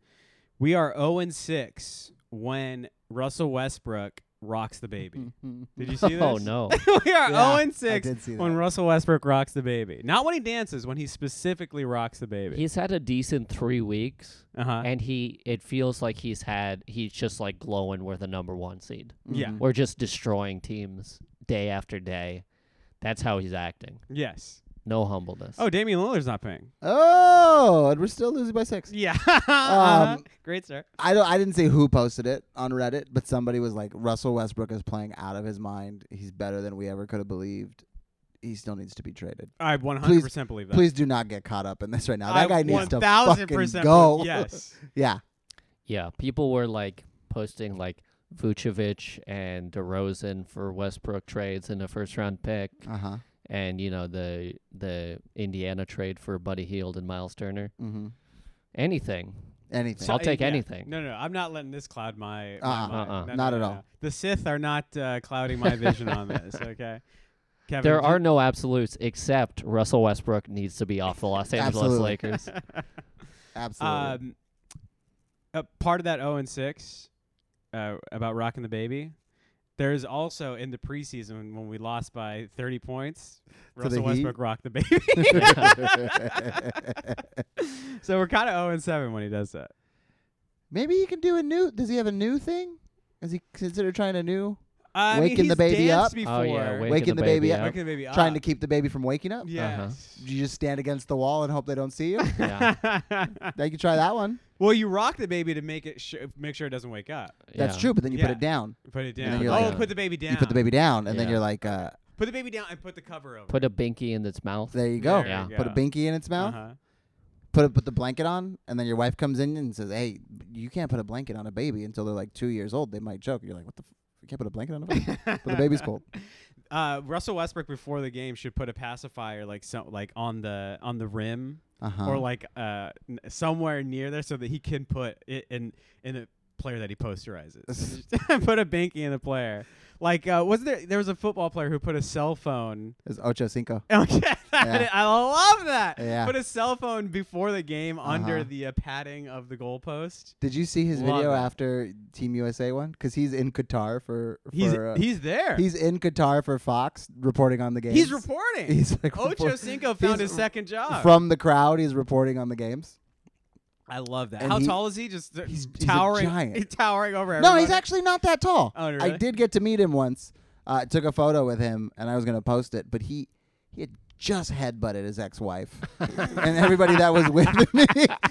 A: We are 0 and 6 when Russell Westbrook rocks the baby. Did you see this?
C: Oh no.
A: we are
B: Hmm. Yeah,
A: 0 and
B: I
A: 6
B: did see that.
A: when Russell Westbrook rocks the baby. Not when he dances, when he specifically rocks the baby.
C: he's had a decent three weeks,
A: Uh-huh.
C: and he it feels like he's had he's just like glowing with the number one seed.
B: Mm-hmm.
A: yeah.
C: We're just destroying teams day after day. That's how he's acting.
A: Yes.
C: No humbleness.
A: Oh, Damian Lillard's not paying.
B: Oh, and we're still losing by six.
A: Yeah. Uh-huh.
B: Um,
A: Great start.
B: I don't. I didn't see who posted it on Reddit, but somebody was like, "Russell Westbrook is playing out of his mind. He's better than we ever could have believed. He still needs to be traded.
A: I 100% believe that.
B: Please do not get caught up in this right now. That
A: I
B: guy needs to
A: 1000%
B: fucking
A: believe-
B: go.
A: Yes.
B: yeah.
C: Yeah, people were like posting like Vucevic and DeRozan for Westbrook trades in the first round pick,
B: Uh huh.
C: and you know the the Indiana trade for Buddy Heald and Miles Turner.
B: Mm-hmm.
C: Anything.
B: Anything.
C: I'll
A: uh,
C: take
A: yeah.
C: anything.
A: No, no, I'm not letting this cloud my. my
B: Uh-uh.
A: mind.
C: Uh-uh.
A: No, no,
B: Not
A: no,
B: at
A: no.
B: all.
A: The Sith are not uh, clouding my vision on this. Okay, Kevin.
C: There
A: did
C: are no absolutes except Russell Westbrook needs to be off the Los Angeles
B: Absolutely.
C: Lakers.
A: you-
B: Absolutely.
A: Um, a part of that 0 and 6 uh, about rocking the baby. There's also in the preseason when we lost by 30 points,
B: To the
A: Russell
B: Heat?
A: Westbrook rocked the baby. so we're kind of 0 and 7 when he does that.
B: Maybe he can do a new. Does he have a new thing? Has he considered trying a new?
A: I mean,
B: Waking the
A: he's
B: baby
A: danced
B: up?
A: Before.
C: Oh yeah, waking,
B: Waking
C: the,
B: the
C: baby,
B: baby
C: up. Uh-huh.
A: Waking the baby up.
B: Trying to keep the baby from waking up?
A: Yes.
B: You just stand against the wall and hope they don't see you.
C: Yeah,
B: they could try that one.
A: Well, you rock the baby to make it sh- make sure it doesn't wake up.
B: That's
C: yeah.
B: true, but then you put
A: Yeah.
B: it down.
A: Put it
B: And
A: down.
B: then
A: Oh,
B: you're
C: like-
A: put the baby down.
B: You put the baby down, and then
C: Yeah.
B: you're like, uh,
A: Put the baby down and put the cover over.
C: Put a binky in its mouth.
B: there you go.
A: There
C: Yeah.
A: you
B: Put a
A: go.
B: binky in its mouth.
A: Uh-huh.
B: Put a, put the blanket on, and then your wife comes in and says, "Hey, you can't put a blanket on a baby until they're like two years old. They might choke." You're like, "What the? F- you can't put a blanket on a baby, but the baby's cold."
A: Uh-huh. Uh, Russell Westbrook before the game should put a pacifier like some like on the on the rim
B: Uh-huh.
A: or like uh n- somewhere near there so that he can put it in in a player that he posterizes. put a binky in the player. Like uh, was there there was a football player who put a cell phone
B: it's ocho cinco.
A: Okay,
B: Yeah.
A: I love that.
B: Yeah.
A: Put a cell phone before the game under
B: Uh-huh.
A: the uh, padding of the goalpost.
B: Did you see his
A: Love
B: video
A: it.
B: after Team USA one? Because he's in Qatar for. for
A: He's
B: uh,
A: he's there.
B: he's in Qatar for Fox reporting on the games.
A: he's reporting.
B: He's like
A: Ocho
B: report-
A: Cinco found
B: he's
A: his second job.
B: from the crowd. He's reporting on the games.
A: I love that.
B: and
A: How
B: he-
A: tall is he? Just uh,
B: he's- he's a
A: towering,
B: giant.
A: he's towering over
B: No, he's
A: everybody.
B: actually not that tall.
A: Oh,
B: I
A: really?
B: did get to meet him once. Uh, I took a photo with him, and I was gonna post it, but he he had just headbutted his ex-wife, and everybody that was with me,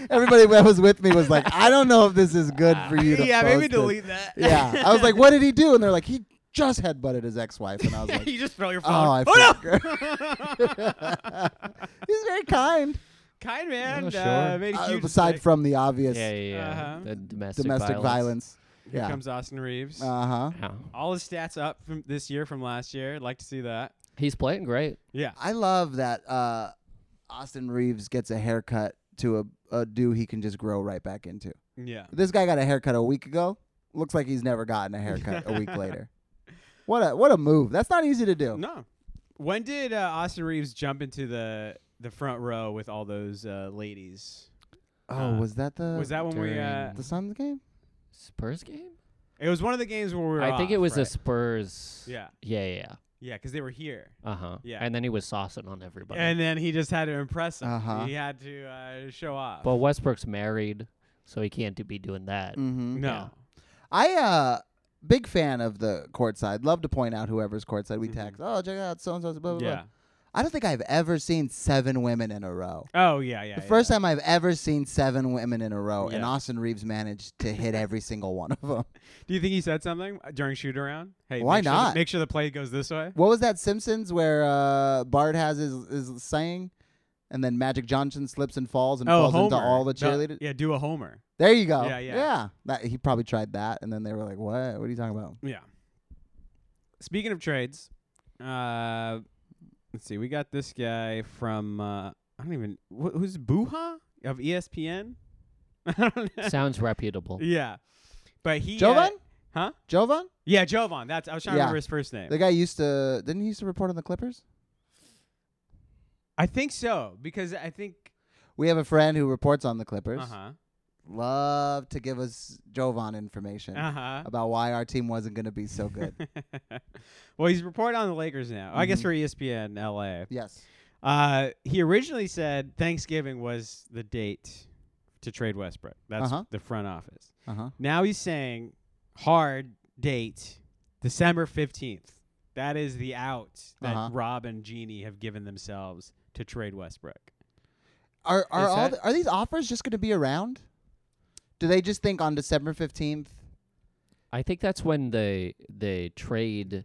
B: everybody that was with me was like, I don't know if this is good for you to.
A: Yeah, maybe
B: post this."
A: delete that.
B: Yeah, I was like, what did he do? And they're like, he just headbutted his ex-wife, and I was like,
A: you just throw your phone. Oh,
B: oh, I
A: no!
B: fucker. he's very kind.
A: Kind man.
C: Oh,
A: uh,
C: sure.
A: made a
B: Uh,
A: huge
B: aside
A: mistake.
B: from the obvious
C: Yeah, yeah, yeah.
A: Uh-huh.
C: The domestic,
B: domestic violence.
A: Here
B: Yeah.
A: comes Austin Reeves.
B: Uh huh.
C: Wow.
A: All his stats up from this year from last year. Like to see that.
C: He's playing great.
A: Yeah.
B: I love that uh, Austin Reeves gets a haircut to a, a do he can just grow right back into.
A: Yeah.
B: This guy got a haircut a week ago. Looks like he's never gotten a haircut a week later. What a what a move. That's not easy to do.
A: No. When did uh, Austin Reeves jump into the the front row with all those uh, ladies?
B: Oh,
A: Uh,
B: was that the
A: was that when we? Uh,
C: during-
B: the Suns game?
C: Spurs game?
A: it was one of the games where we were.
C: I think
A: off,
C: it was the
A: right?
C: Spurs.
A: Yeah,
C: Yeah, yeah, yeah.
A: yeah, because they were here,
C: Uh huh.
A: Yeah.
C: And then he was saucing on everybody.
A: and then he just had to impress them.
B: Uh-huh.
A: He had to uh, show off.
B: Mm.
C: but Westbrook's married, so he can't do- be doing that.
B: Mm-hmm.
A: no,
C: yeah.
B: I uh big fan of the courtside. Love to point out whoever's courtside. We
A: Mhm.
B: text, oh, check out so and so, blah, blah, blah.
A: yeah.
B: I don't think I've ever seen seven women in a row.
A: Oh yeah, yeah.
B: The
A: yeah.
B: first time I've ever seen seven women in a row, and
A: Yeah.
B: Austin Reeves managed to hit every single one of them.
A: Do you think he said something uh, during shoot around? Hey,
B: Why
A: make sure the-
B: not?
A: make sure the play goes this way.
B: What was that Simpsons where uh, Bart has his, his saying, and then Magic Johnson slips and falls and falls into all the cheerleaders?
A: Oh, yeah, do a homer.
B: There you go.
A: Yeah, yeah.
B: That, he probably tried that, and then they were like, "What? What are you talking about?"
A: Yeah. Speaking of trades, uh, let's see. We got this guy from uh, I don't even wh- who's Buha of E ESPN. I don't know.
C: Sounds reputable.
A: Yeah, but he uh,
B: Jovan?
A: huh?
B: Jovan?
A: Yeah, Jovan. That's I was trying to
B: Yeah.
A: remember his first name.
B: The guy used to didn't he used to report on the Clippers?
A: I think so because I think.
B: We have a friend who reports on the Clippers.
A: Uh huh.
B: Love to give us Jovan information
A: Uh huh.
B: about why our team wasn't going to be so good.
A: well, he's reporting on the Lakers now. I guess
B: Mhm.
A: for E ESPN LA.
B: yes.
A: Uh, he originally said Thanksgiving was the date to trade Westbrook. That's
B: Uh-huh.
A: the front office.
B: Uh huh.
A: Now he's saying hard date December 15th. That is the out that
B: Uh-huh.
A: Rob and Genie have given themselves to trade Westbrook.
B: Are are
A: Is
B: all
A: that-
B: the, are these offers just going to be around? Do they just think on December fifteenth?
C: I think that's when the the trade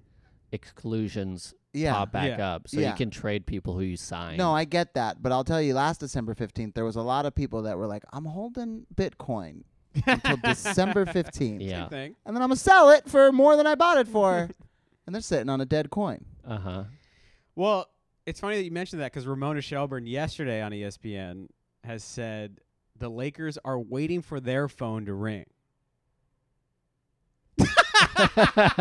C: exclusions
B: Yeah.
C: pop back
A: Yeah.
C: up, so
B: Yeah.
C: you can trade people who you sign.
B: No, I get that, but I'll tell you, last December fifteenth, there was a lot of people that were like, "I'm holding Bitcoin until December fifteenth,
C: yeah.
A: Same thing.
B: and then I'm gonna sell it for more than I bought it for," and they're sitting on a dead coin.
C: Uh huh.
A: Well, it's funny that you mentioned that because Ramona Shelburne yesterday on E ESPN has said the Lakers are waiting for their phone to ring.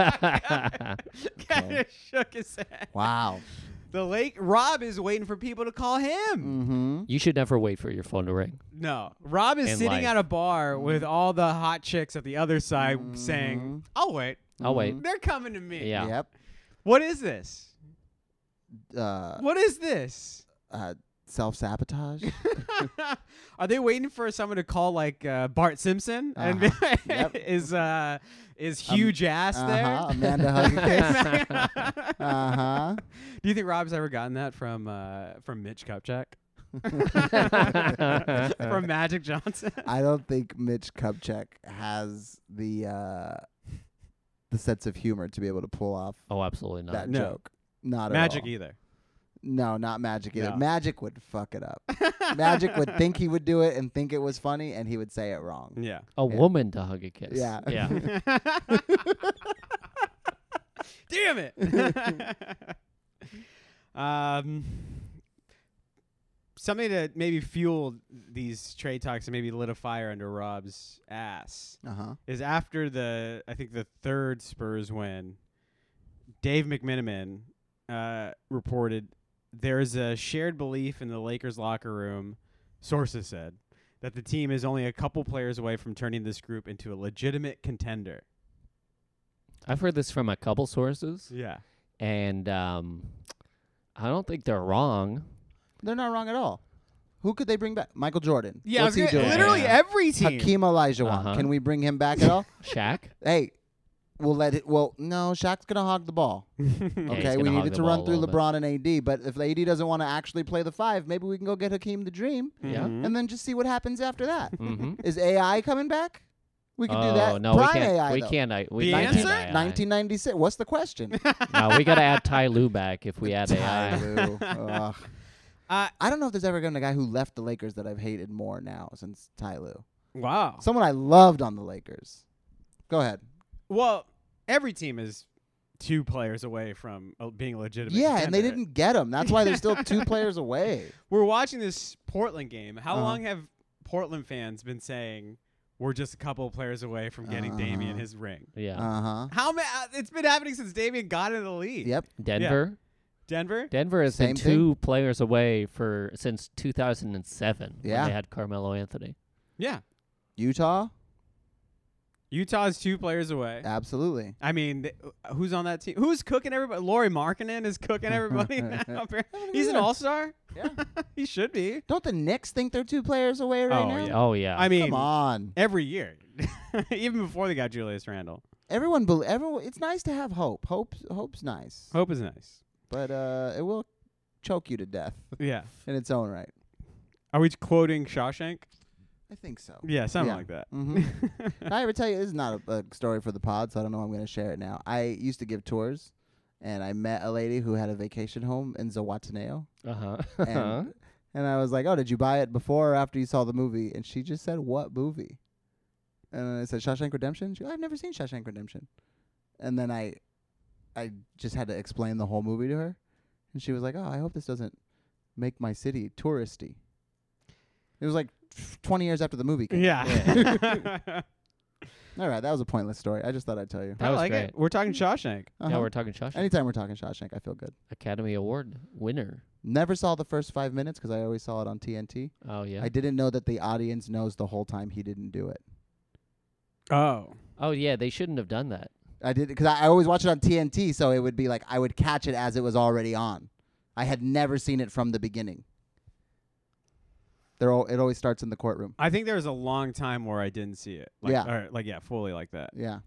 A: kind of shook his head.
B: Wow.
A: The lake Rob is waiting for people to call him.
B: mm-hmm.
C: you should never wait for your phone to ring.
A: No, Rob is
C: In
A: sitting
C: life.
A: at a bar
B: Mm.
A: with all the hot chicks at the other side saying, "I'll wait.
C: I'll wait.
A: They're coming to me."
C: Yeah.
B: Mm-hmm. Yep.
A: What is this?
B: Uh,
A: What is this?
B: uh, Self sabotage.
A: Are they waiting for someone to call like uh, Bart Simpson?
B: Uh-huh.
A: And
B: Yep. Um,
A: is uh, is huge ass
B: uh-huh. Amanda Huggy Kiss.
A: there?
B: Uh huh.
A: Do you think Rob's ever gotten that from uh, from Mitch Kupchak? from Magic Johnson?
B: I don't think Mitch Kupchak has the uh, the sense of humor to be able to pull off
C: Oh, absolutely not.
B: that
A: No.
B: joke. Not at
A: Magic e-
B: all.
A: either.
B: No, not magic either.
A: No.
B: Magic would fuck it up. magic would think he would do it and think it was funny, and he would say it wrong.
A: Yeah.
C: A
B: Yeah.
C: woman to hug a kiss.
B: Yeah.
C: Yeah.
A: Damn it. um, something to maybe fuel these trade talks and maybe lit a fire under Rob's ass
B: Uh huh.
A: is after the I think the third Spurs win, Dave McMiniman uh, reported there's a shared belief in the Lakers locker room, sources said, that the team is only a couple players away from turning this group into a legitimate contender.
C: I've heard this from a couple sources,
A: Yeah.
C: and um, I don't think they're wrong.
B: They're not wrong at all. Who could they bring back? Michael Jordan.
A: Yeah,
B: What's he doing?
A: literally
C: Yeah.
A: every team.
B: Hakeem Olajuwon.
C: Uh-huh.
B: Can we bring him back at all?
C: Shaq.
B: hey, we'll let it. Well, no, Shaq's gonna hog the ball.
C: Yeah, he's
B: Okay,
C: gonna
B: we
C: hog
B: needed
C: the
B: to
C: ball
B: run
C: a
B: through
C: little bit.
B: LeBron and AD, but if AD doesn't want to actually play the five, maybe we can go get Hakeem the Dream
C: Yeah.
A: Mhm.
B: and then just see what happens after that.
C: Mm-hmm.
B: Is AI coming back? We can
C: oh,
B: do that.
C: No,
B: Prime
C: we can't.
B: AI.
C: we
B: though.
C: can't. I, we
A: The
C: can't
A: answer?
C: AI.
B: 1996. What's the question?
C: no, we gotta add Ty Lue back if we add
B: Ty
C: AI.
B: Lue. Ugh.
A: Uh,
B: I don't know if there's ever been a guy who left the Lakers that I've hated more now since Ty Lue.
A: wow.
B: Someone I loved on the Lakers. Go ahead.
A: well, every team is two players away from uh, being a legitimate.
B: yeah, and they
A: contender.
B: didn't get him. That's why they're still two players away.
A: We're watching this Portland game. How
B: Uh-huh.
A: long have Portland fans been saying we're just a couple of players away from getting Damian
B: Uh-huh.
A: his ring?
C: Yeah.
B: Uh huh.
A: How ma- uh, it's been happening since Damian got into the league.
B: Yep.
C: Denver.
A: Denver.
C: Denver has
B: Same
C: been
B: thing.
C: two players away for since 2007
B: Yeah.
C: when they had Carmelo Anthony.
A: Yeah.
B: Utah.
A: Utah's two players away.
B: Absolutely.
A: I mean, th- uh, who's on that team? Who's cooking everybody? Laurie Markkinen is cooking everybody now. apparently. He's an all star.
B: Yeah.
A: he should be.
B: Don't the Knicks think they're two players away right
A: Oh,
B: now?
A: yeah.
C: Oh yeah.
A: I mean,
B: Come on.
A: every year, even before they got Julius Randle.
B: everyone, bel everyone. It's nice to have hope. Hope, hope's nice,
A: Hope is nice.
B: but uh, it will choke you to death
A: Yeah.
B: in its own right.
A: Are we quoting Shawshank?
B: I think so.
A: Yeah, something
B: Yeah.
A: like that.
B: hmm Did I ever tell you this is not a, a story for the pod, so I don't know. I'm going to share it now. I used to give tours, and I met a lady who had a vacation home in Zawataneo,
C: Uh huh.
B: and, and I was like, "Oh, did you buy it before or after you saw the movie?" And she just said, "What movie?" And then I said, "Shawshank Redemption." She, goes, "I've never seen Shawshank Redemption," and then I, I just had to explain the whole movie to her, and she was like, "Oh, I hope this doesn't make my city touristy." It was like 20 years after the movie came.
A: yeah.
B: All right, that was a pointless story. I just thought I'd tell you.
C: That
A: I
C: was
A: like
C: great.
A: it. We're talking Shawshank.
C: Yeah,
B: Uh-huh.
C: we're talking Shawshank
B: Anytime we're talking Shawshank, I feel good.
C: Academy Award winner.
B: Never saw the first five minutes because I always saw it on TNT.
C: Oh yeah.
B: I didn't know that the audience knows the whole time he didn't do it.
A: Oh.
C: oh yeah. They shouldn't have done that.
B: I did because I I always watch it on TNT, so it would be like I would catch it as it was already on. I had never seen it from the beginning. They're all, it always starts in the courtroom.
A: I think there was a long time where I didn't see it. Like,
B: Yeah.
A: Or, like, yeah, fully like that.
B: Yeah,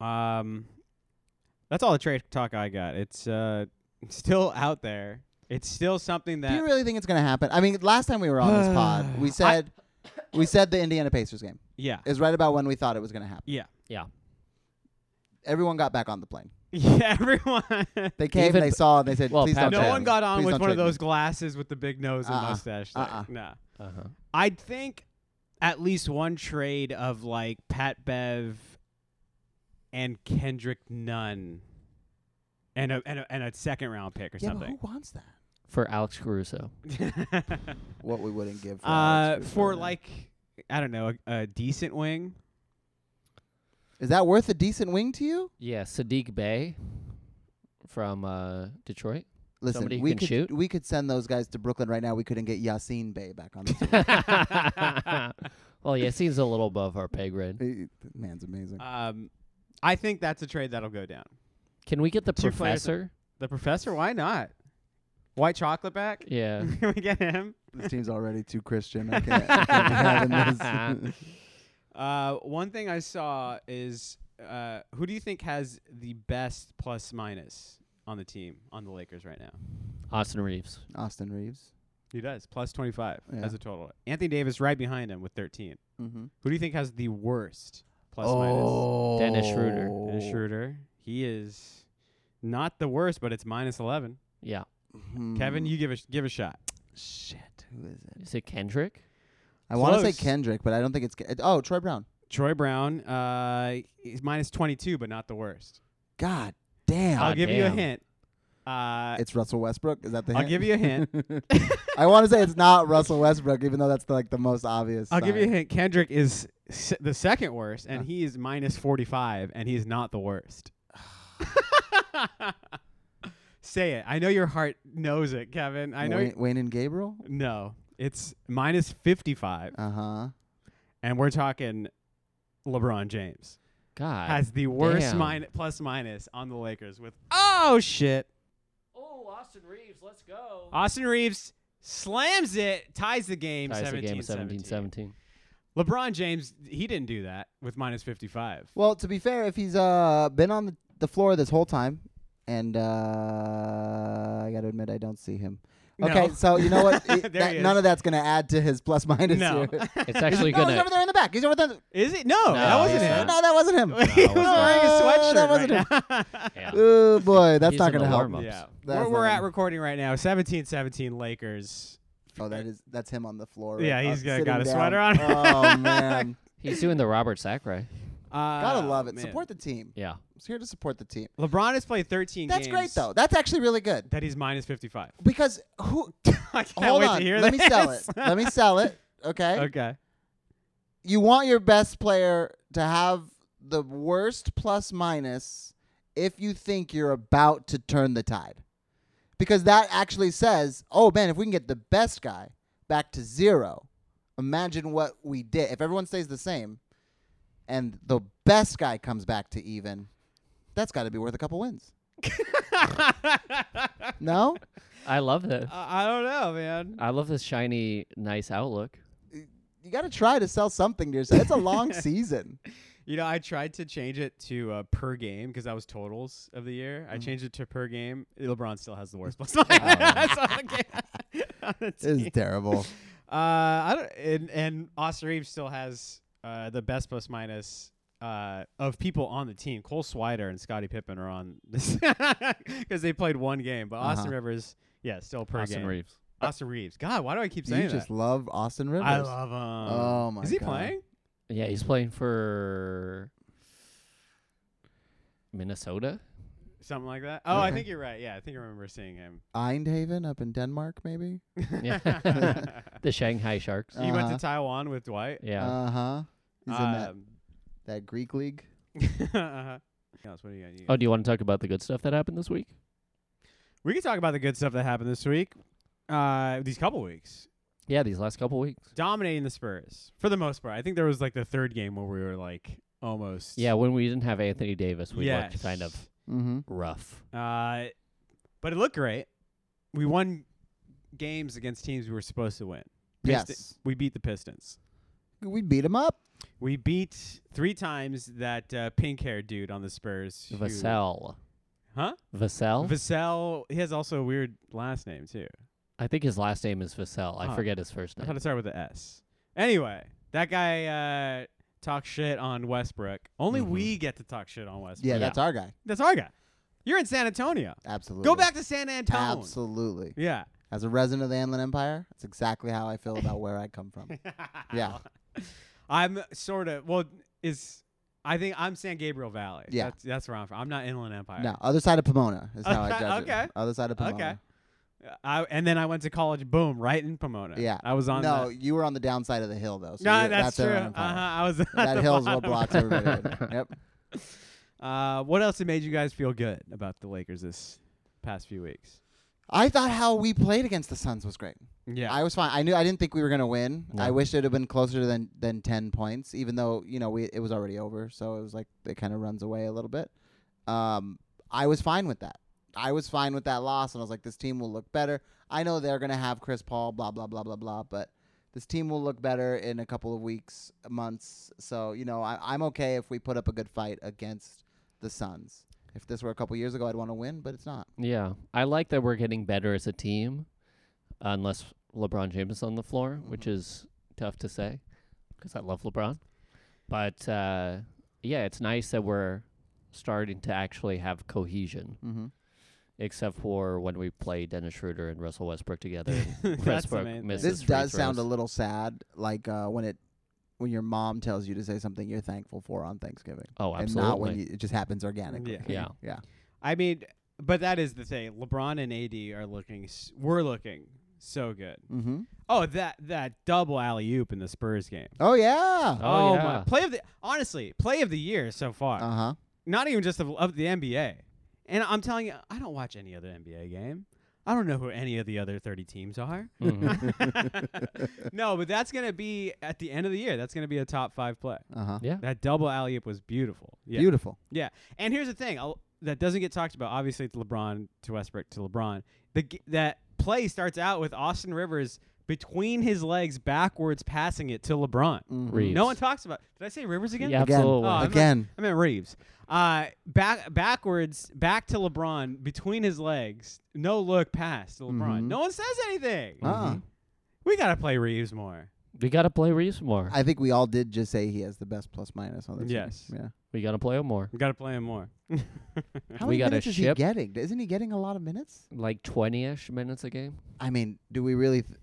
A: Um, that's all the trade talk I got. It's uh, still out there. It's still something
B: do you
A: that
B: really think it's gonna happen? I mean, last time we were on this pod, we
A: I-
B: said we said the Indiana Pacers game
A: yeah
B: is right about when we thought it was gonna happen.
A: yeah
C: Yeah.
B: Everyone got back on the plane.
A: yeah everyone.
B: They came,
C: Even
B: and they
C: b-
B: saw, and they said,
C: well,
B: "Please
C: Pat
B: don't."
A: no
C: trade
B: trade
A: one
B: me.
A: got on
B: Please
A: with
B: don't
A: one of
B: trade me."
A: those glasses with the big nose and
B: Uh-uh.
A: mustache. thing.
B: Uh-uh.
A: Nah.
C: Uh huh.
A: I'd think at least one trade of like Pat Bev and Kendrick Nunn, and a and a, and a second round pick or
B: Yeah, but
A: something.
B: who wants that?
C: For Alex Caruso.
B: What we wouldn't give for
A: uh,
B: Alex
A: for
B: Caruso.
A: like I don't know a, a decent wing.
B: is that worth a decent wing to you?
C: Yeah. Sadiq Bay from uh, Detroit.
B: Listen,
C: Somebody who
B: we
C: can
B: could
C: shoot?
B: we could send those guys to Brooklyn right now. We couldn't get Yassine Bey back on. The
C: well, yeah. Seems a little above our pay grade.
B: team. Uh, Man's amazing.
A: Um, I think that's a trade that'll go down.
C: Can we get the
A: Two players-
C: professor?
A: The professor, why not? White chocolate back?
C: Yeah.
A: Can we get him?
B: this team's already too Christian. I can't, I can't be having this.
A: Uh, one thing I saw is uh, who do you think has the best plus minus on the team on the Lakers right now?
C: Austin Reeves.
B: Austin Reeves.
A: He does plus twenty five
B: Yeah.
A: as a total. Anthony Davis right behind him with thirteen.
B: Mm-hmm.
A: Who do you think has the worst plus
B: Oh,
C: Dennis Schroeder.
A: minus? Dennis Schroeder. He is not the worst, but it's minus eleven.
B: Mm-hmm.
C: Yeah.
B: Hmm.
A: Kevin, you give a sh- give a shot.
B: shit. Who is it?
C: Is it Kendrick?
B: I want to say
A: Close.
B: Kendrick, but I don't think it's. Ke- Oh, Troy Brown.
A: Troy Brown, uh, he's minus 22, but not the worst.
B: God damn.
A: I'll
C: Ah,
A: give you a
C: damn.
A: hint. Uh,
B: it's Russell Westbrook. Is that the?
A: I'll
B: hint?
A: give you a hint.
B: I want to say it's not Russell Westbrook, even though that's the, like the most obvious.
A: I'll give you a
B: sign.
A: hint. Kendrick is s- the second worst, and
C: Uh.
B: Huh.
A: he is minus 45, and he's not the worst. Say it. I know your heart knows it, Kevin. I know.
B: Wayne, Wayne and Gabriel.
A: no, it's minus 55,
B: Uh huh.
A: and we're talking LeBron James
C: God.
A: has the worst
C: damn.
A: min- plus minus on the Lakers with oh shit.
C: oh, Austin Reeves. Let's go.
A: Austin Reeves slams it, ties the game,
C: Ties
A: 17,
C: the game 17
A: 17.
C: 17.
A: LeBron James, he didn't do that with minus 55.
B: Well, to be fair, if he's uh been on the, the floor this whole time, and uh, I got to admit I don't see him. Okay,
A: No.
B: so you know what? It-
A: There
B: that-
A: he is.
B: none of that's gonna add to his plus minus
A: No.
B: here.
C: It's actually
B: no, he's
C: gonna.
B: over there in the back. He's over there. No,
A: Is it? No, that wasn't
C: he's
A: him.
B: No, that wasn't him.
A: he was
C: No,
A: wearing a sweatshirt.
B: that wasn't
A: right
C: Yeah.
B: Oh boy, that's
C: He's
B: not
C: in the
B: gonna help.
C: warm-up.
A: now.
C: Bumps.
A: yeah.
B: That's
A: Where we're
B: not
A: at
B: him.
A: recording right now, 17 17 Lakers.
B: Oh, that is that's him on the floor.
A: Yeah,
B: right,
A: he's
B: uh,
A: got-
B: sitting
A: got a
B: down.
A: sweater on.
B: Oh man,
C: He's doing the Robert Sacre.
A: Uh,
C: Ah,
B: gotta love it.
A: man.
B: Support the team.
C: Yeah.
B: It's here to support the team.
A: LeBron has played 13
B: That's great
A: games
B: though. That's actually really good
A: That he's minus 55.
B: because who?
A: I can't
B: Hold
A: wait
B: on.
A: to hear
B: Let
A: this.
B: me sell it. Let me sell it. Okay.
A: okay.
B: You want your best player to have the worst plus minus if you think you're about to turn the tide. Because that actually says, oh man, if we can get the best guy back to zero, imagine what we did. If everyone stays the same and the best guy comes back to even, that's got to be worth a couple wins. No?
C: I love that.
A: Uh, I I don't know, man.
C: I love this shiny, nice outlook.
B: you got to try to sell something to yourself. It's a long season.
A: You know, I tried to change it to uh, per game because that was totals of the year.
B: Mm-hmm.
A: I changed it to per game. LeBron still has the worst plus line. That's on the game. on the
B: This
A: team.
B: Oh, is terrible.
A: Uh, I don't, and and Austin Reeves still has uh, the best plus minus uh, of people on the team. Cole Swider and Scottie Pippen are on this because they played one game. But Austin
B: Uh-huh.
A: Rivers, yeah, still per
C: Austin
A: game.
C: Reeves.
A: Austin Reeves. God, why do I keep
B: Do
A: saying
B: you just
A: that?
B: love Austin Rivers?
A: I love him.
B: Oh my
A: Is he
B: God.
A: playing?
C: Yeah, he's playing for Minnesota.
A: Something like that. Oh, I
C: Okay.
A: think you're right. Yeah, I think I remember seeing him.
B: Eindhoven up in Denmark, maybe.
C: Yeah. The Shanghai Sharks.
A: he went to
B: Uh-huh.
A: Taiwan with Dwight.
C: yeah.
B: Uh huh. He's in that,
A: Um,
B: that Greek league.
A: uh-huh. What else? What do you got? You got-
C: oh, do you want to talk about the good stuff that happened this week?
A: We can talk about the good stuff that happened this week. Uh, these couple weeks.
C: Yeah, these last couple weeks.
A: dominating the Spurs for the most part. I think there was like the third game where we were like almost.
C: Yeah, when we didn't have Anthony Davis, we
A: yes.
C: looked kind of
B: Mm-hmm.
C: rough.
A: Uh, but it looked great. We won games against teams we were supposed to win. Pist-
B: Yes.
A: We beat the Pistons.
B: We beat him up.
A: We beat three times that uh, pink haired dude on the Spurs. who-
C: Vassell.
A: Huh?
C: Vassell?
A: Vassell. He has also a weird last name, too.
C: I think his last name is Vassell. I
A: Huh.
C: forget his first
A: I thought
C: name.
A: it started with an S. Anyway, that guy uh, talks shit on Westbrook. Only
C: Mhm.
A: we get to talk shit on Westbrook.
B: Mm-hmm. Yeah,
C: Yeah.
B: that's our guy.
A: That's our guy. You're in San Antonio.
B: Absolutely.
A: Go back to San Antonio.
B: Absolutely.
A: Yeah.
B: As a resident of the Inland Empire, that's exactly how I feel about where I come from. Yeah.
A: I'm sort of well is I think I'm San Gabriel Valley.
B: Yeah.
A: That's, that's where I'm from. I'm not Inland Empire.
B: No, other side of Pomona is how I
A: Okay,
B: judge
A: okay.
B: it. Other side of Pomona.
A: Okay. I, and then I went to college. Boom, right in Pomona.
B: Yeah.
A: I was on.
B: no,
A: that.
B: you were on the downside of the hill though. So
A: no,
B: you-
A: that's, true.
B: Inland
A: Uh-huh.
B: Empire.
A: I was. at
B: That
A: the
B: hill's what
A: bottom.
B: blocks everybody. in. Yep.
A: Uh, what else made you guys feel good about the Lakers this past few weeks?
B: I thought how we played against the Suns was great.
A: Yeah.
B: I was fine. I knew I didn't think we were gonna win. I
C: No.
B: wish it had been closer than than ten points, even though you know we it was already over. So it was like it kind of runs away a little bit. Um, I was fine with that. I was fine with that loss, and I was like, this team will look better. I know they're gonna have Chris Paul, blah blah blah blah blah, but this team will look better in a couple of weeks, months. So you know, I, I'm okay if we put up a good fight against the Suns. If this were a couple years ago, I'd want to win, but it's not.
C: Yeah. I like that we're getting better as a team, unless LeBron James is on the floor, which is tough to say because I love LeBron. But uh, yeah, it's nice that we're starting to actually have cohesion,
B: Mm-hmm.
C: except for when we play Dennis Schroeder and Russell Westbrook together.
A: That's the
C: Westbrook
A: main thing.
C: missed
B: this
C: free
B: does sound a
C: throws.
B: little sad like uh, when it when your mom tells you to say something you're thankful for on thanksgiving
C: oh,
B: and
C: absolutely.
B: not when you, it just happens organically
A: Yeah.
C: Yeah.
B: yeah
A: I mean, but that is the thing. LeBron and AD are looking. s- We're looking so good.
B: mm-hmm.
A: Oh, that that double alley oop in the Spurs game.
B: oh yeah
C: Oh,
A: my
C: yeah.
A: play of the honestly play of the year so
C: Uh,
A: far.
B: uh-huh
A: Not even just of, of the NBA. And I'm telling you, I don't watch any other NBA game. I don't know who any of the other 30 teams are.
C: Mhm.
A: no, but that's gonna be at the end of the year. That's gonna be a top five play.
B: uh-huh
C: yeah.
A: That double alley oop was beautiful. Yeah.
B: beautiful
A: Yeah, and here's the thing I'll, that doesn't get talked about. Obviously, it's LeBron to Westbrook to LeBron. The g- that play starts out with Austin Rivers between his legs, backwards passing it to LeBron.
B: Mhm.
C: Reeves.
A: No one talks about. Did I say Rivers again?
C: Yeah,
B: Again.
C: absolutely.
A: Oh, I'm not-
B: again
A: I meant Reeves. Uh, back backwards, back to LeBron between his legs. No look pass to LeBron.
B: Mhm.
A: No one says anything.
B: uh-uh.
C: Mhm.
A: We gotta play Reeves more.
C: we got to play Reeves more.
B: i think we all did just say he has the best plus minus on this team.
A: Yes.
B: yeah
C: we got to play him more.
A: We gotta play him more.
B: how
C: We
B: many
C: got a
B: minutes is
C: ship.
B: he getting isn't he getting a lot of minutes
C: Like 20 ish minutes a game.
B: i mean do we really th-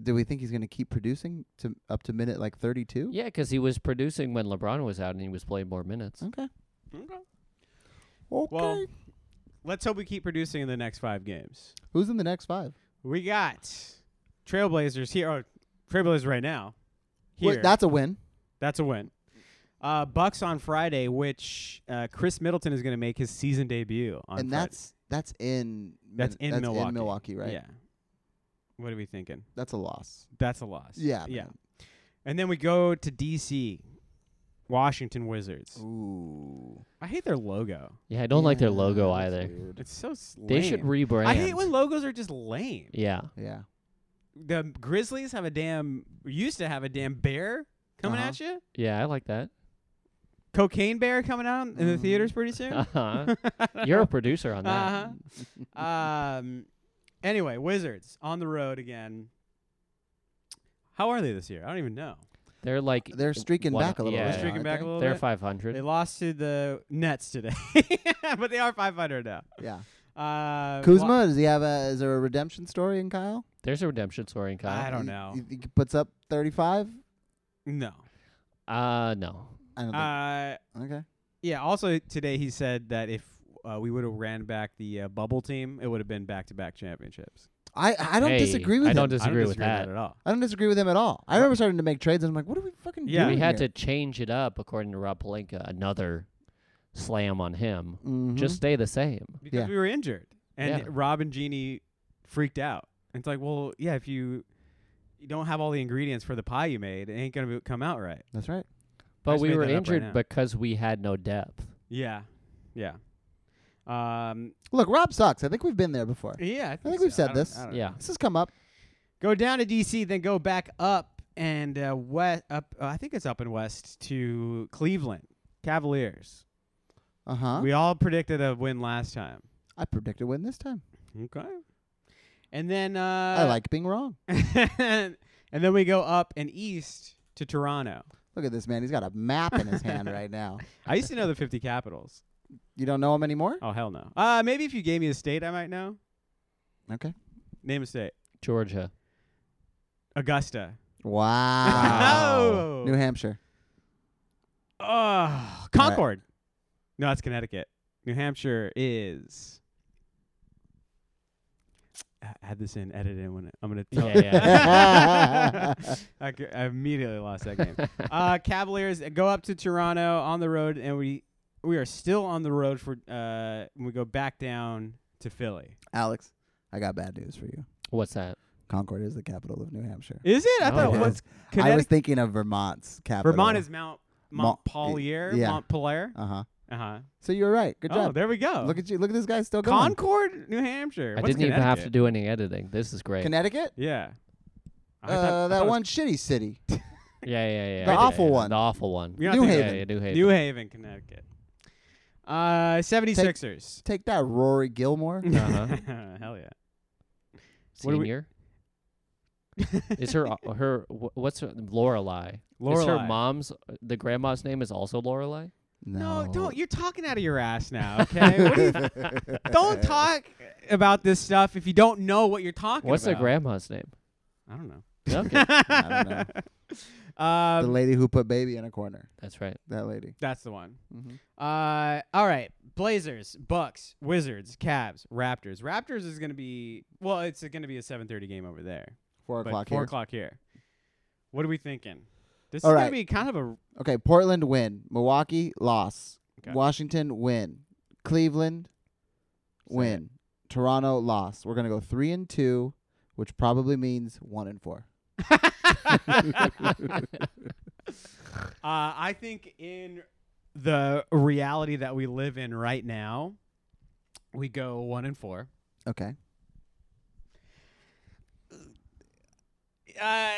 B: do we think he's going to keep producing to up to minute like 32
C: Yeah, 'cause he was producing when LeBron was out and he was playing more minutes.
B: okay
A: okay.
B: okay
A: Well, let's hope we keep producing in the next five games.
B: who's in the next five
A: We got Trailblazers here. Or Trailblazers right now. Here.
B: Wait, that's a win
A: That's a win. Uh, Bucks on Friday, which uh, Chris Middleton is going to make his season debut on.
B: and
A: Friday.
B: that's that's in
A: that's
B: Min-
A: in Milwaukee.
B: Milwaukee, right?
A: Yeah. What are we thinking?
B: That's a loss.
A: That's a loss.
B: Yeah,
A: Yeah.
B: man.
A: And then we go to DC, Washington Wizards.
B: Ooh,
A: I hate their logo.
C: Yeah, I don't like their
B: Yeah,
C: logo
B: that's
C: either.
B: weird.
A: It's so s- lame.
C: They should rebrand.
A: I hate when logos are just lame.
C: Yeah.
B: Yeah,
A: The Grizzlies have a damn used to have a damn bear coming
B: Uh-huh.
A: at you.
C: Yeah, I like that.
A: Cocaine Bear coming out in the
C: Mm.
A: theaters pretty soon.
C: Uh-huh. You're a producer on that.
A: Uh-huh. um, anyway, Wizards on the road again. How are they this year? I don't even know.
C: They're like
B: They're streaking
C: one-
B: back a little
C: yeah,
B: bit.
A: They're streaking
B: I
A: back a
B: think.
A: little
C: They're
A: bit.
C: 500.
A: They lost to the Nets today, but they are 500 now.
B: Yeah.
A: Uh,
B: Kuzma, does he have a? Is there a redemption story in Kyle?
C: There's a redemption story in
A: I
C: Kyle.
A: don't
B: He-
A: know.
B: He, he puts up thirty-five.
A: No.
C: Uh, no.
B: I don't
A: Uh,
B: think. Okay.
A: yeah. Also today he said that if uh, we would have ran back the uh, bubble team, it would have been back-to-back championships.
B: I I don't
C: Hey,
B: disagree with
C: I
B: him.
C: don't
A: I
C: disagree
A: don't
C: with
A: disagree
C: that.
A: at all.
B: I don't disagree with him at all. I remember starting to make trades, and I'm like, what are we fucking
A: Yeah.
B: doing?
C: we had to change it up according to Rob Palenka. Another slam on
A: Mm-hmm.
C: him.
B: Mm-hmm.
C: Just stay the same.
A: because
B: Yeah.
A: we were injured. And
C: Yeah.
A: Rob and Jeannie freaked out. And it's like, well, yeah, if you you don't have all the ingredients for the pie you made, it ain't gonna be, come out right.
B: That's right.
C: But
A: just
C: we
A: made
C: were
A: that up right
C: injured
A: now.
C: because we had no depth.
A: Yeah, yeah, um,
B: Look, Rob sucks. I think we've been there before.
A: yeah. I think,
B: we've
A: so.
B: said
A: I don't-
B: this.
A: I don't know.
C: Yeah.
B: This has come up.
A: Go down to DC, then go back up and uh, west up. Uh, I think it's up and west to Cleveland Cavaliers.
B: Uh huh.
A: We all predicted a win last time.
B: I predicted win this time.
A: Okay. And then uh,
B: I like being wrong.
A: and then we go up and east to Toronto.
B: Look at this man. He's got a map in his hand right now.
A: I used to know the 50 capitals.
B: You don't know him anymore?
A: Oh hell no. Uh maybe if you gave me a state, I might know.
B: Okay.
A: Name a state.
C: Georgia.
A: Augusta.
B: Wow.
A: Oh.
B: New Hampshire.
A: Oh, Concord. No, that's Connecticut. New Hampshire is. A- Add this in, edit it in when it- I'm gonna. Tell
C: Yeah,
B: yeah.
A: I, g- I immediately lost that game. uh, Cavaliers go up to Toronto on the road, and we we are still on the road for. Uh, when we go back down to Philly.
B: Alex, I got bad news for you.
C: What's that?
B: Concord is the capital of New Hampshire.
A: Is it? I
C: Oh.
A: thought
B: It
A: what's
B: I was
A: Connecticut.
B: thinking of Vermont's capital.
A: Vermont is Mount
B: Mont-
A: Montpelier.
B: yeah.
A: Montpelier.
B: Uh huh.
A: Uh huh.
B: So you were right. Good
A: Oh,
B: job.
A: there we go.
B: Look at you. Look at this guy still going.
A: Concord, New Hampshire.
C: I
A: What's
C: didn't even have to
A: Connecticut?
C: do any editing. This is great.
B: Connecticut?
A: Yeah. I
B: Uh,
A: thought- I thought
B: that
A: it was
B: one shitty city.
C: yeah, yeah, yeah.
B: The
C: yeah,
B: awful
C: yeah,
B: one.
C: The awful one.
A: You're not
B: New
A: thinking
C: Yeah,
A: of
B: Haven.
C: yeah, New Haven.
A: New Haven, Connecticut. Uh, 76ers.
B: Take that, Rory Gilmore.
C: Uh-huh.
A: Hell yeah. What do we-
C: Senior. is her uh, her wh- what's her Lorelai? Is her
A: Lorelai.
C: mom's uh, the grandma's name is also Lorelai?
A: No, don't. You're talking out of your ass now, okay? What do you- don't talk about this stuff if you don't know what you're talking
C: What's
A: about.
C: their grandma's name?
A: I don't know.
C: Okay,
B: I don't know. The
A: Um,
B: lady who put baby in a corner.
C: that's right.
B: That lady.
A: that's the one.
B: hmm
A: Uh, all right. Blazers, Bucks, Wizards, Cavs, Raptors. Raptors is going to be well. It's going to be a 7:30 game over there.
B: Four
A: but
B: o'clock
A: four
B: here.
A: o'clock here. What are we thinking? This
B: All
A: is
B: right.
A: gonna be kind of a
B: Okay, Portland win. Milwaukee loss.
A: Okay.
B: Washington win. Cleveland
A: Say
B: win. Toronto loss. We're gonna go three and two, which probably means one and four.
A: uh, I think in the reality that we live in right now, we go one and four.
B: Okay.
A: Uh,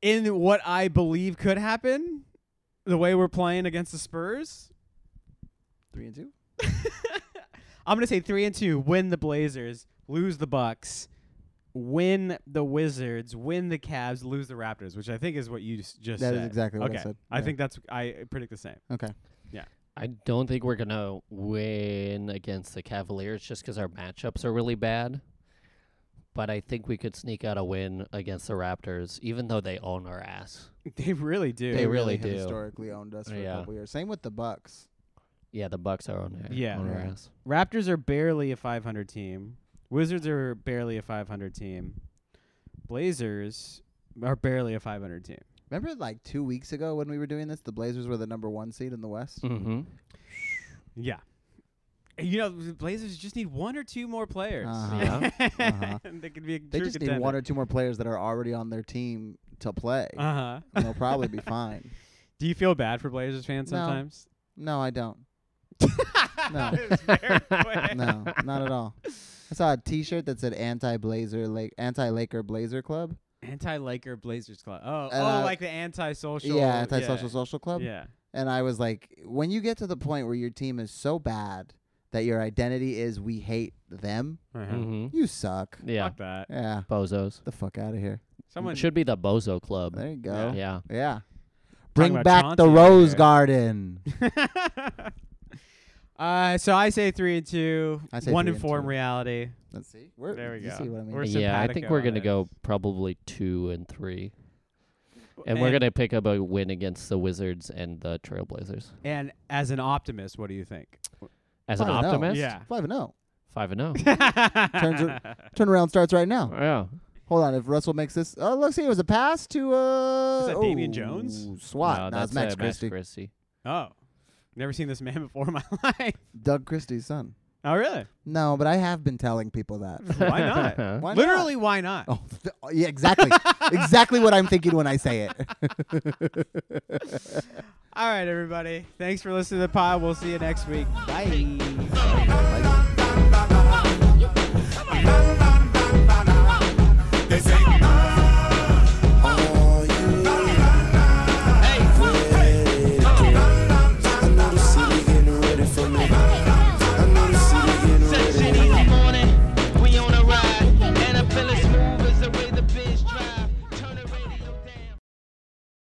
A: in what I believe could happen, the way we're playing against the Spurs,
B: Three and two.
A: I'm gonna say three and two. Win the Blazers, lose the Bucks, win the Wizards, win the Cavs, lose the Raptors, which I think is what you s- just
B: That
A: said.
B: is exactly what
A: okay.
B: I said.
A: I
B: Yeah.
A: think that's I predict the same.
B: Okay.
C: I don't think we're gonna win against the Cavaliers just because our matchups are really bad. But I think we could sneak out a win against the Raptors, even though they own our ass.
A: They really do.
C: They really
B: have
C: do.
B: historically owned us for a
C: Yeah.
B: couple years. Same with the Bucks.
C: Yeah, the Bucks are on our,
A: Yeah.
C: own our
B: Yeah.
C: ass.
A: Raptors are barely a 500 team. Wizards are barely a 500 team. Blazers are barely a 500 team.
B: Remember like two weeks ago when we were doing this, the Blazers were the number one seed in the West?
A: Mm,
C: Mm-hmm.
A: Yeah. You know, the Blazers just need one or two more players.
B: Uh-huh. Uh-huh.
A: And they could be a
B: They
A: true
B: just need one
A: contender.
B: or two more players that are already on their team to play.
A: Uh-huh.
B: And they'll probably be fine.
A: Do you feel bad for Blazers fans
B: No.
A: sometimes?
B: No, I don't. No.
A: It was very quick.
B: No, not at all. I saw a T-shirt that said "anti-Blazer, Lake, anti-Laker Blazer Club."
A: Anti-Laker Blazers club. Oh,
B: And
A: oh,
B: I-
A: like the anti-social.
B: yeah, anti-social social club.
A: Yeah.
B: And I was like, when you get to the point where your team is so bad that your identity is we hate them,
A: Uh-huh.
C: hmm
B: you suck.
C: Yeah,
A: Fuck that.
B: Yeah.
C: bozos.
B: The fuck out of here.
A: Someone
C: should be the bozo club.
B: There you go. Yeah.
C: Yeah,
B: Bring
A: about
B: back
A: Chauncey
B: the
A: over
B: Rose
A: here.
B: Garden.
A: uh, so I say three and two.
B: I say
A: one
B: three
A: in
B: and
A: form
B: two.
A: reality.
B: Let's see. Where,
A: There we
B: you
A: go.
B: see what I mean?
A: We're
C: yeah. I think
A: simpatico
C: we're
A: on
C: gonna
A: it.
C: go probably two and three, and, we're gonna pick up a win against the Wizards and the Trailblazers.
A: And as an optimist, what do you think?
C: As
B: I
C: an
B: don't know.
C: optimist,
A: Yeah.
B: Five oh. and zero.
C: five and oh. zero.
A: Turns
B: Turnaround starts right now.
C: yeah,
B: Hold on. If Russell makes this, oh, let's see. It was a pass to uh.
A: Is that Damian
B: ooh,
A: Jones?
B: Swat.
C: No,
B: No,
C: that's
B: it's Max
C: uh,
B: Christie.
A: oh, never seen this man before in my life.
B: Doug Christie's son.
A: Oh, really?
B: No, but I have been telling people that.
A: Why not?
B: Why not?
A: Literally, why not?
B: Oh, th- oh, yeah, exactly. exactly what I'm thinking when I say it.
A: All right, everybody. Thanks for listening to the pod. We'll see you next week. Bye.
D: Bye.